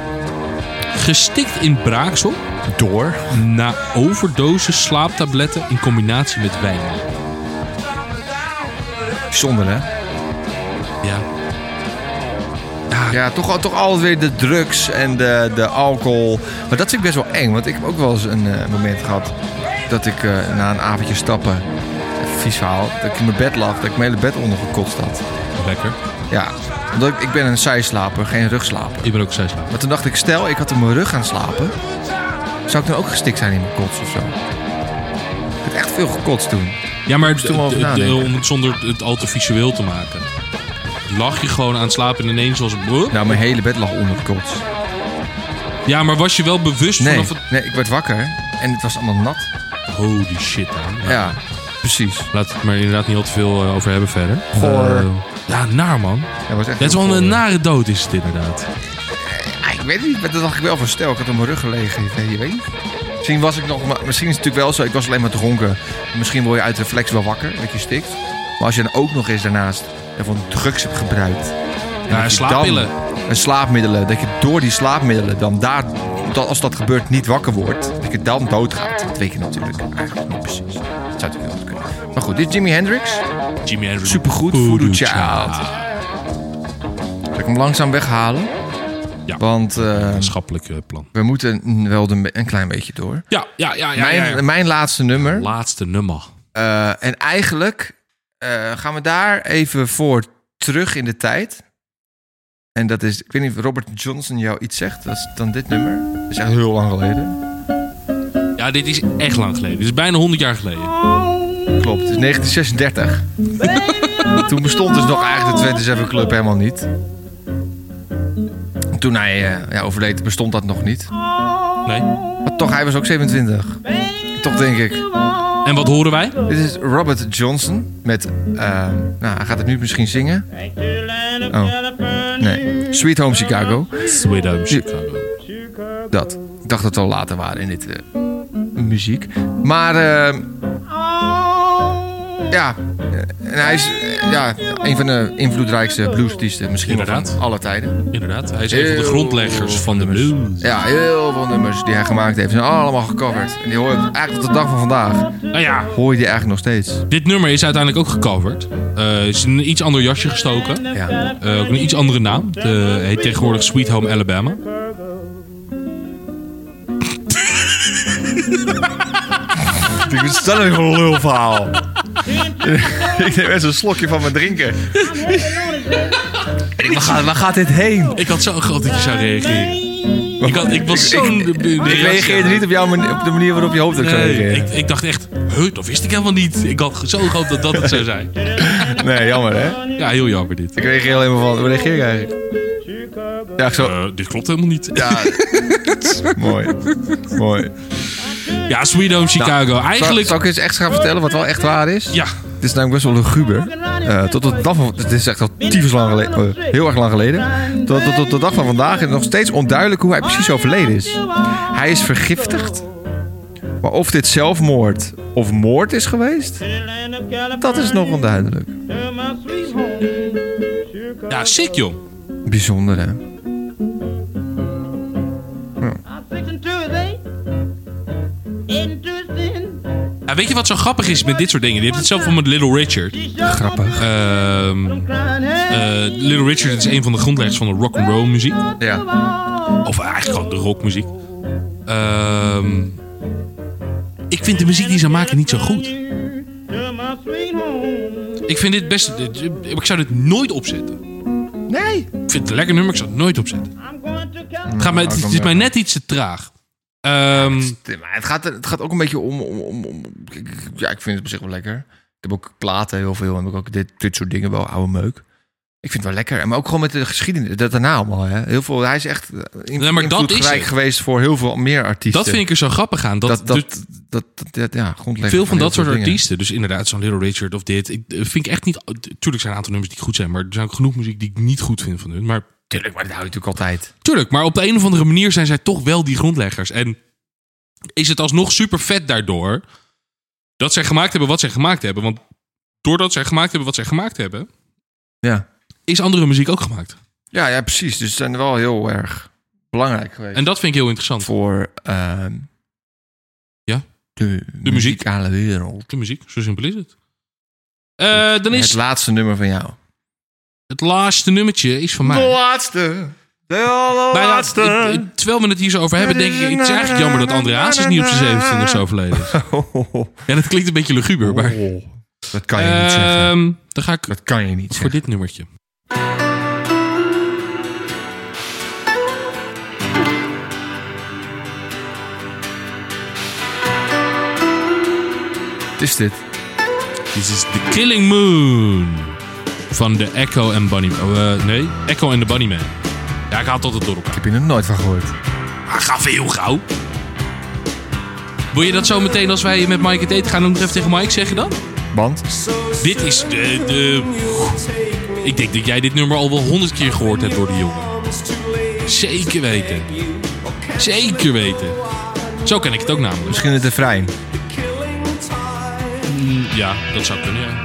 Gestikt in braaksel Door? na overdosis slaaptabletten in combinatie met wijn. Bijzonder, hè? Ja. Ja, toch, al- toch altijd weer de drugs en de, de alcohol. Maar dat vind ik best wel eng, want ik heb ook wel eens een eh, moment gehad dat ik eh, na een avondje stappen, eh, vies verhaal, dat ik in mijn bed lag, dat ik mijn hele bed ondergekotst had. Lekker. Ja, omdat ik, ik ben een zijslaper, geen rugslaper. Ik ben ook zes slaap. Maar toen dacht ik, stel ik had in mijn rug gaan slapen, zou ik dan ook gestikt zijn in mijn kots of zo? Ik heb echt veel gekotst toen. Ja, maar Moest er wel over d- d- nadenken. om het zonder het al te visueel te maken. Lag je gewoon aan het slapen en ineens was het... Nou, mijn hele bed lag ondergekotst. Ja, maar was je wel bewust Nee, vanaf het... nee, ik werd wakker en het was allemaal nat. Holy shit, man. Ja, precies. Laat het maar inderdaad niet al te veel eh, over hebben verder. Goor. Eh, ja, naar man. Dat was echt Het is heel wel een goor. nare dood is het inderdaad. Ja, ik weet het niet, maar dat dacht ik wel van stel, ik had op mijn rug gelegen. Ik weet, je weet niet. Misschien was ik nog, maar misschien is het natuurlijk wel zo, ik was alleen maar dronken. Misschien word je uit reflex wel wakker, dat je stikt. Maar als je dan ook nog eens daarnaast ervan drugs hebt gebruikt. en Ja, dat je slaappillen. dan- En slaapmiddelen, dat je door die slaapmiddelen dan daar, dat, als dat gebeurt, niet wakker wordt. Dat je dan doodgaat. Dat weet je natuurlijk eigenlijk niet precies. Dat zou natuurlijk wel kunnen. Maar goed, dit is Jimi Hendrix. Jimmy Hendrix. Supergoed, Voodoo Child. Zal ik hem langzaam weghalen? Ja. Want eh, Schappelijk eh, plan. we moeten wel de- een klein beetje door. Ja, ja, ja. ja, ja, mijn, ja. mijn laatste nummer. Laatste nummer. Eh, en eigenlijk eh, gaan we daar even voor terug in de tijd. En dat is, ik weet niet of Robert Johnson jou iets zegt. Dat is dan dit nummer. Dat is echt heel lang geleden. Ja, dit is echt lang geleden. Dit is bijna 100 jaar geleden. Klopt, het is 1936. Toen bestond dus nog eigenlijk de 27 Club helemaal niet. Toen hij eh, ja, overleed bestond dat nog niet. Nee. Maar toch, hij was ook 27. Toch denk ik. En wat horen wij? Dit is Robert Johnson met. eh, nou, hij gaat het nu misschien zingen. Oh. Nee. Sweet Home Chicago. Sweet Home Chicago. Dat. Ik dacht dat we al later waren in dit. eh, muziek. Maar. eh, ja. En hij is. eh, ja, een van de invloedrijkste bluesartiesten misschien wel van Inderdaad. alle tijden. Inderdaad, hij is een van de Heel grondleggers van de blues. Ja, heel veel nummers die hij gemaakt heeft zijn allemaal gecoverd. En die hoor je eigenlijk tot de dag van vandaag. Nou ja, Hoor je die eigenlijk nog steeds. dit nummer is uiteindelijk ook gecoverd. Eh is in een iets ander jasje gestoken. Ja. Eh, ook een iets andere naam. Het eh, heet tegenwoordig Sweet Home Alabama. Ik vind het een gelulverhaal. [laughs] ik neem eens een slokje van mijn drinken. En ik, waar, gaat, waar gaat dit heen? Ik had zo gehad dat je zou reageren. Ik, had, ik was zo'n... Ik, de- de ik reactie- reageerde niet op, jouw manier, op de manier waarop je hoopt dat ik zou Nee, ik, reageren. ik dacht echt, huh, dat wist ik helemaal niet. Ik had zo gehoopt dat dat het zou zijn. Nee, jammer [laughs] hè? Ja, heel jammer dit. Ik reageer alleen maar van, hoe reageer ik eigenlijk? Ja, zo. Eh, dit klopt helemaal niet. Ja. [laughs] mooi. Mooi. Ja, Sweet Nou, Home Chicago. Eigenlijk... Zal, zal ik eens echt gaan vertellen wat wel echt waar is? Ja, Het is namelijk best wel luguber. Eh, tot de dag van... Het is echt al tyfus lang geleden. eh, heel erg lang geleden. Tot, tot, tot de dag van vandaag is het nog steeds onduidelijk hoe hij precies overleden is. Hij is vergiftigd. Maar of dit zelfmoord of moord is geweest, dat is nog onduidelijk. ja sick joh. Bijzonder, hè? Ja, weet je wat zo grappig is met dit soort dingen? Je hebt het zelf al met Little Richard. Grappig. Ehm, eh, Little Richard is een van de grondleggers van de rock and roll muziek. Ja. Of eigenlijk gewoon de rockmuziek. Ehm, ik vind de muziek die ze maken niet zo goed. Ik vind dit best... dit- Ik zou dit nooit opzetten. Nee. Hmm. Ik vind het een lekker nummer, ik zou het nooit opzetten. Het, gaat mij, Nou, het, is- het is mij net iets te traag. Ehm, Maar het gaat, het gaat ook een beetje om... om, om, om- ik- ja, ik vind het op zich wel lekker. heb ook platen heel veel. En heb ik ook dit, dit soort dingen wel, oude meuk. Ik vind het wel lekker. En Maar ook gewoon met de geschiedenis. Dat daarna allemaal. Hè. Heel veel, hij is echt eh, in, Nee, maar dat is invloedrijk het. geweest voor heel veel meer artiesten. Dat vind ik er zo grappig aan. Dat, Dat, dat, dus dat, dat, dat- ja, grondlegger veel van heel dat soort dingen. artiesten, dus inderdaad zo'n Little Richard of dit, ik, eh, vind ik echt niet... Tuurlijk zijn er een aantal nummers die goed zijn, maar er zijn ook genoeg muziek die ik niet goed vind van hun. Maar Tuurlijk, maar dat hou je natuurlijk altijd. Tuurlijk, maar op de een of andere manier zijn zij toch wel die grondleggers. En is het alsnog super vet daardoor dat zij gemaakt hebben wat zij gemaakt hebben. Want doordat zij gemaakt hebben wat zij gemaakt hebben, Ja. is andere muziek ook gemaakt. Ja, ja, precies. Dus ze zijn wel heel erg belangrijk geweest. En dat vind ik heel interessant. voor ehm, Ja? de, muziek. muzikale wereld. De muziek, zo simpel is het. Eh, dan Het is laatste nummer van jou. het laatste nummertje is van mij. laatste. De Bijna- eh, eh, terwijl we het hier zo over hebben, denk ik, het is eigenlijk jammer dat André Hazes niet op zijn 17 of zo overleden is. Ja, dat klinkt een beetje luguber, maar... [laughs] Dat Oh, kan je niet zeggen. Ehm, dan ga ik Dat kan je niet voor zeggen. dit nummertje. Wat is dit? Dit is The Killing Moon. Van de Echo en Bunny... oh, eh, nee, Echo en de Bunnyman. Ja, ik haal het altijd door elkaar. Ik heb je er nooit van gehoord. Ah, ga veel gauw. Wil je dat zo meteen als wij met Mike het eten gaan doen, nog even tegen Mike zeggen dan? Band? Dit is de, de... Ik denk dat jij dit nummer al wel honderd keer gehoord hebt door die jongen. Zeker weten. Zeker weten. Zo ken ik het ook namelijk. Misschien het refrein. Ja, dat zou kunnen, ja.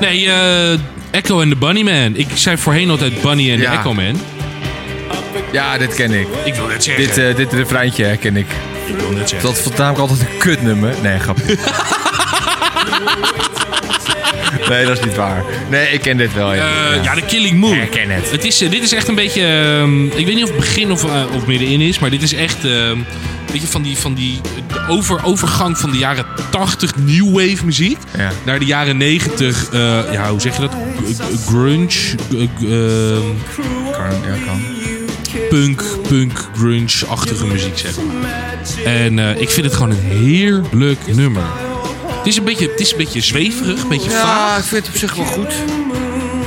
Nee, eh, Echo en de Bunnyman. Ik zei voorheen altijd Bunny en Ja. de Echo Man. Ja, dit ken ik. Ik wil net zeggen. Dit, eh dit refreintje herken ik. ik wil net zeggen. Dat vond namelijk altijd een kutnummer. Nee, [laughs] grapje. nee, dat is niet waar. Nee, ik ken dit wel. Ja, Eh, Ja. ja, de Killing Moon. Ik ken het. is, eh, dit is echt een beetje... ehm, ik weet niet of het begin of, eh, of middenin is, maar dit is echt... ehm weet je, van die, van die de over, overgang van de jaren 80 new wave muziek... Ja. naar de jaren 90, eh, ja, hoe zeg je dat? G- Grunge, g- ehm, Kan, ja, kan. punk, punk, grunge-achtige muziek, zeg maar. En eh, ik vind het gewoon een heerlijk nummer. Het is een beetje, het is een beetje zweverig, een beetje Ja, vaag. ik vind het op zich wel goed.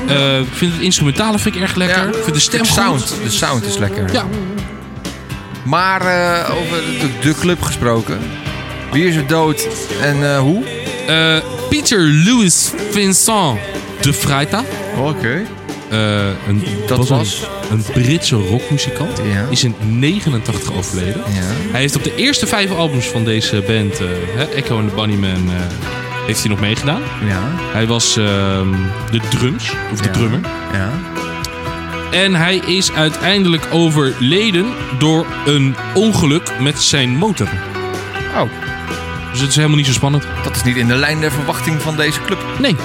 Eh, ik vind het instrumentale vind ik erg lekker. Ik vind de stem de sound, goed. De sound is lekker. Ja. Maar eh, over de, de club gesproken. Wie is er dood en eh, hoe? Eh, Pieter Louis Vincent de Freita. Oh, Oké. eh, een, Dat een- was? een Britse rockmuzikant. Ja. Is in 89 overleden. Ja. Hij heeft op de eerste vijf albums van deze band, eh, hè, Echo and the Bunnyman, eh, heeft hij nog meegedaan. Ja. Hij was ehm, de drums, of de Ja. drummer. Ja. En hij is uiteindelijk overleden door een ongeluk met zijn motor. Oh, Dus het is helemaal niet zo spannend. dat is niet in de lijn der verwachting van deze club. Nee.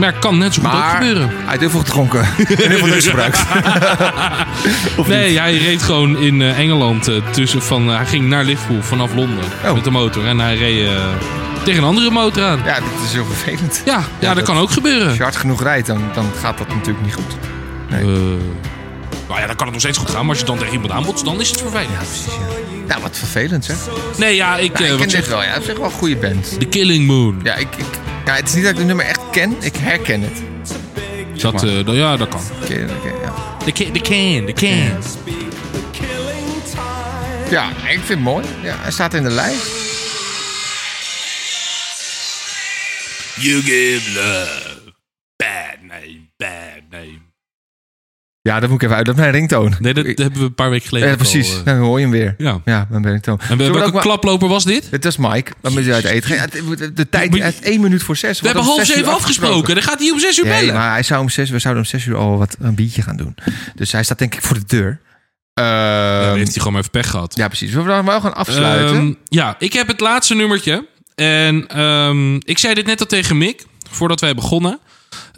Maar het kan net zo goed ook Maar gebeuren. hij heeft heel veel [laughs] gedronken. en heel veel drugs gebruikt. Nee, hij reed gewoon in eh, Engeland eh, tussen van... hij ging naar Liverpool vanaf Londen Oh. met de motor. En hij reed eh, tegen een andere motor aan. Ja, Ja, dat is heel vervelend. ja, Ja, dat, dat- kan ook gebeuren. Als je hard genoeg rijdt, dan, dan gaat dat natuurlijk niet goed. Eh, nou ja, dan kan het nog steeds goed gaan. Maar als je dan tegen iemand aanbotst, dan is het vervelend. Nou, wat vervelend zeg. Nee, ja, ik... eh, Nou, ik ken wat dit zeg, wel. Ja, op zich wel een goede band. The Killing Moon. Ja, ik, ik, ja, het is niet dat ik het nummer echt ken. Ik herken het. dat, eh, dat- ja, dat kan. Oké, oké, ja. The, ki- the Can, The Can. Ja, ik vind het mooi. Ja, hij staat in de lijst. You give love. Bad name, bad name. Ja, dat moet ik even uit. Dat is mijn ringtoon. Nee, dat, dat hebben we een paar weken geleden Ja, ook al, precies. eh. Dan hoor je hem weer. Ja. Ja, dan ben ik toon. En we, Zullen welke ook maar- klaploper was dit? Het is Mike. Dan moet je uit eten. gaan. Ja, het- De, de tijd Moet je- het is 1 minuut voor 6. We hebben half zeven afgesproken. Dan gaat hij om zes uur Nee, bellen. maar hij zou om zes, we zouden om 6 uur al wat een biertje gaan doen. Dus hij staat denk ik voor de deur. Ehm, Dan heeft hij gewoon maar even pech gehad. ja, precies. We gaan wel gaan afsluiten. Ehm, ja, ik heb het laatste nummertje. En ehm, ik zei dit net al tegen Mick, voordat wij begonnen.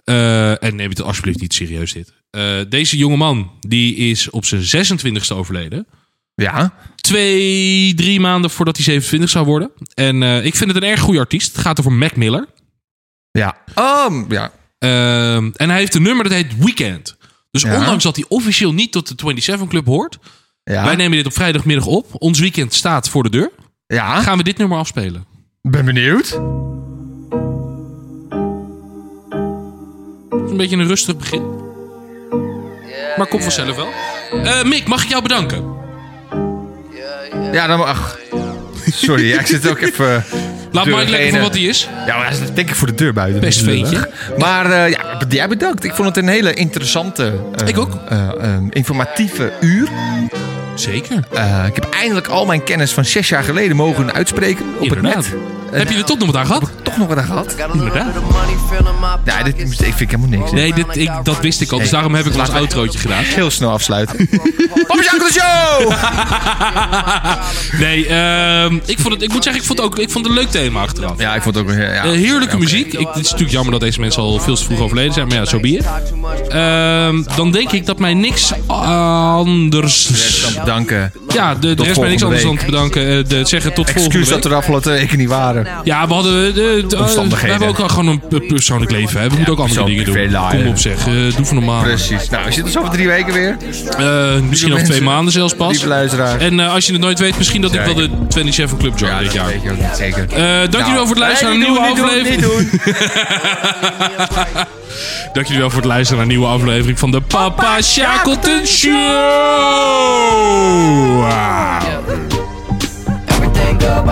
Eh, en neem het alsjeblieft niet serieus dit. Eh, deze jongeman, die is op zijn 26e overleden. ja. Twee, drie maanden voordat hij 27 zou worden. En eh, ik vind het een erg goede artiest. Het gaat over Mac Miller. Ja. Ehm, ja. Ehm, en hij heeft een nummer dat heet Weekend. Dus Ja. ondanks dat hij officieel niet tot de 27 Club hoort... Ja. Wij nemen dit op vrijdagmiddag op. Ons weekend staat voor de deur. ja. Gaan we dit nummer afspelen? Ben benieuwd. Een beetje een rustig begin. Maar komt vanzelf wel. Eh, Mick, mag ik jou bedanken? Ja, dan... Ach. Sorry, ja, ik zit ook even... Laat Door Mike lekker degene- voor wat hij is. Ja, maar dat is denk ik voor de deur buiten. dus Best Lullig. ventje. Maar eh, ja, b- jij bedankt. Ik vond het een hele interessante... eh, Ik ook. eh, eh, informatieve uur. Zeker. Eh, ik heb eindelijk al mijn kennis van zes jaar geleden mogen uitspreken op Inderdaad. het net. Heb je er toch nog wat aan gehad? Toch nog wat aan gehad? Inderdaad. Ja, dit moest- ik vind helemaal niks. Nee, dit, ik, dat wist ik al. Dus daarom heb ik het als outrootje gedaan. Heel snel [laughs] afsluiten. Papa Jacques de Show! Nee, ehm, ik, vond het, ik moet zeggen, ik vond het, ook, ik vond het een leuk thema achteraf. Ja, ik vond het ook... Ja, ja. Eh, heerlijke Ja, muziek. Ik, het is natuurlijk jammer dat deze mensen al veel te vroeg overleden zijn. Maar ja, zo bier. dan denk ik dat mij niks oké. anders... Dan bedanken. Ja, de, de Tot rest mij niks volgende anders dan week. te bedanken. eh, de, zeggen tot volgende Excuus week. dat er de afgelopen weken niet waren. Ja, we hadden. eh, De, de, Omstandigheden. we hebben ook wel gewoon een pe- persoonlijk leven. Hè? We moeten ook andere dingen persoonlijk doen. leven, Kom ja. op, zeg. eh, doe van normaal. Precies. Nou, we zitten zo over drie weken weer. Eh, misschien over twee mensen. maanden zelfs pas. Lieve luisteraar. En eh, als je het nooit weet, misschien dat ik wel de 27 Club join dit jaar. weet je ook niet zeker. Eh, dank jullie wel voor Nou, het luisteren naar een nieuwe aflevering. Dank jullie wel voor het luisteren naar een nieuwe aflevering van de Papa Shackleton Show. Everything up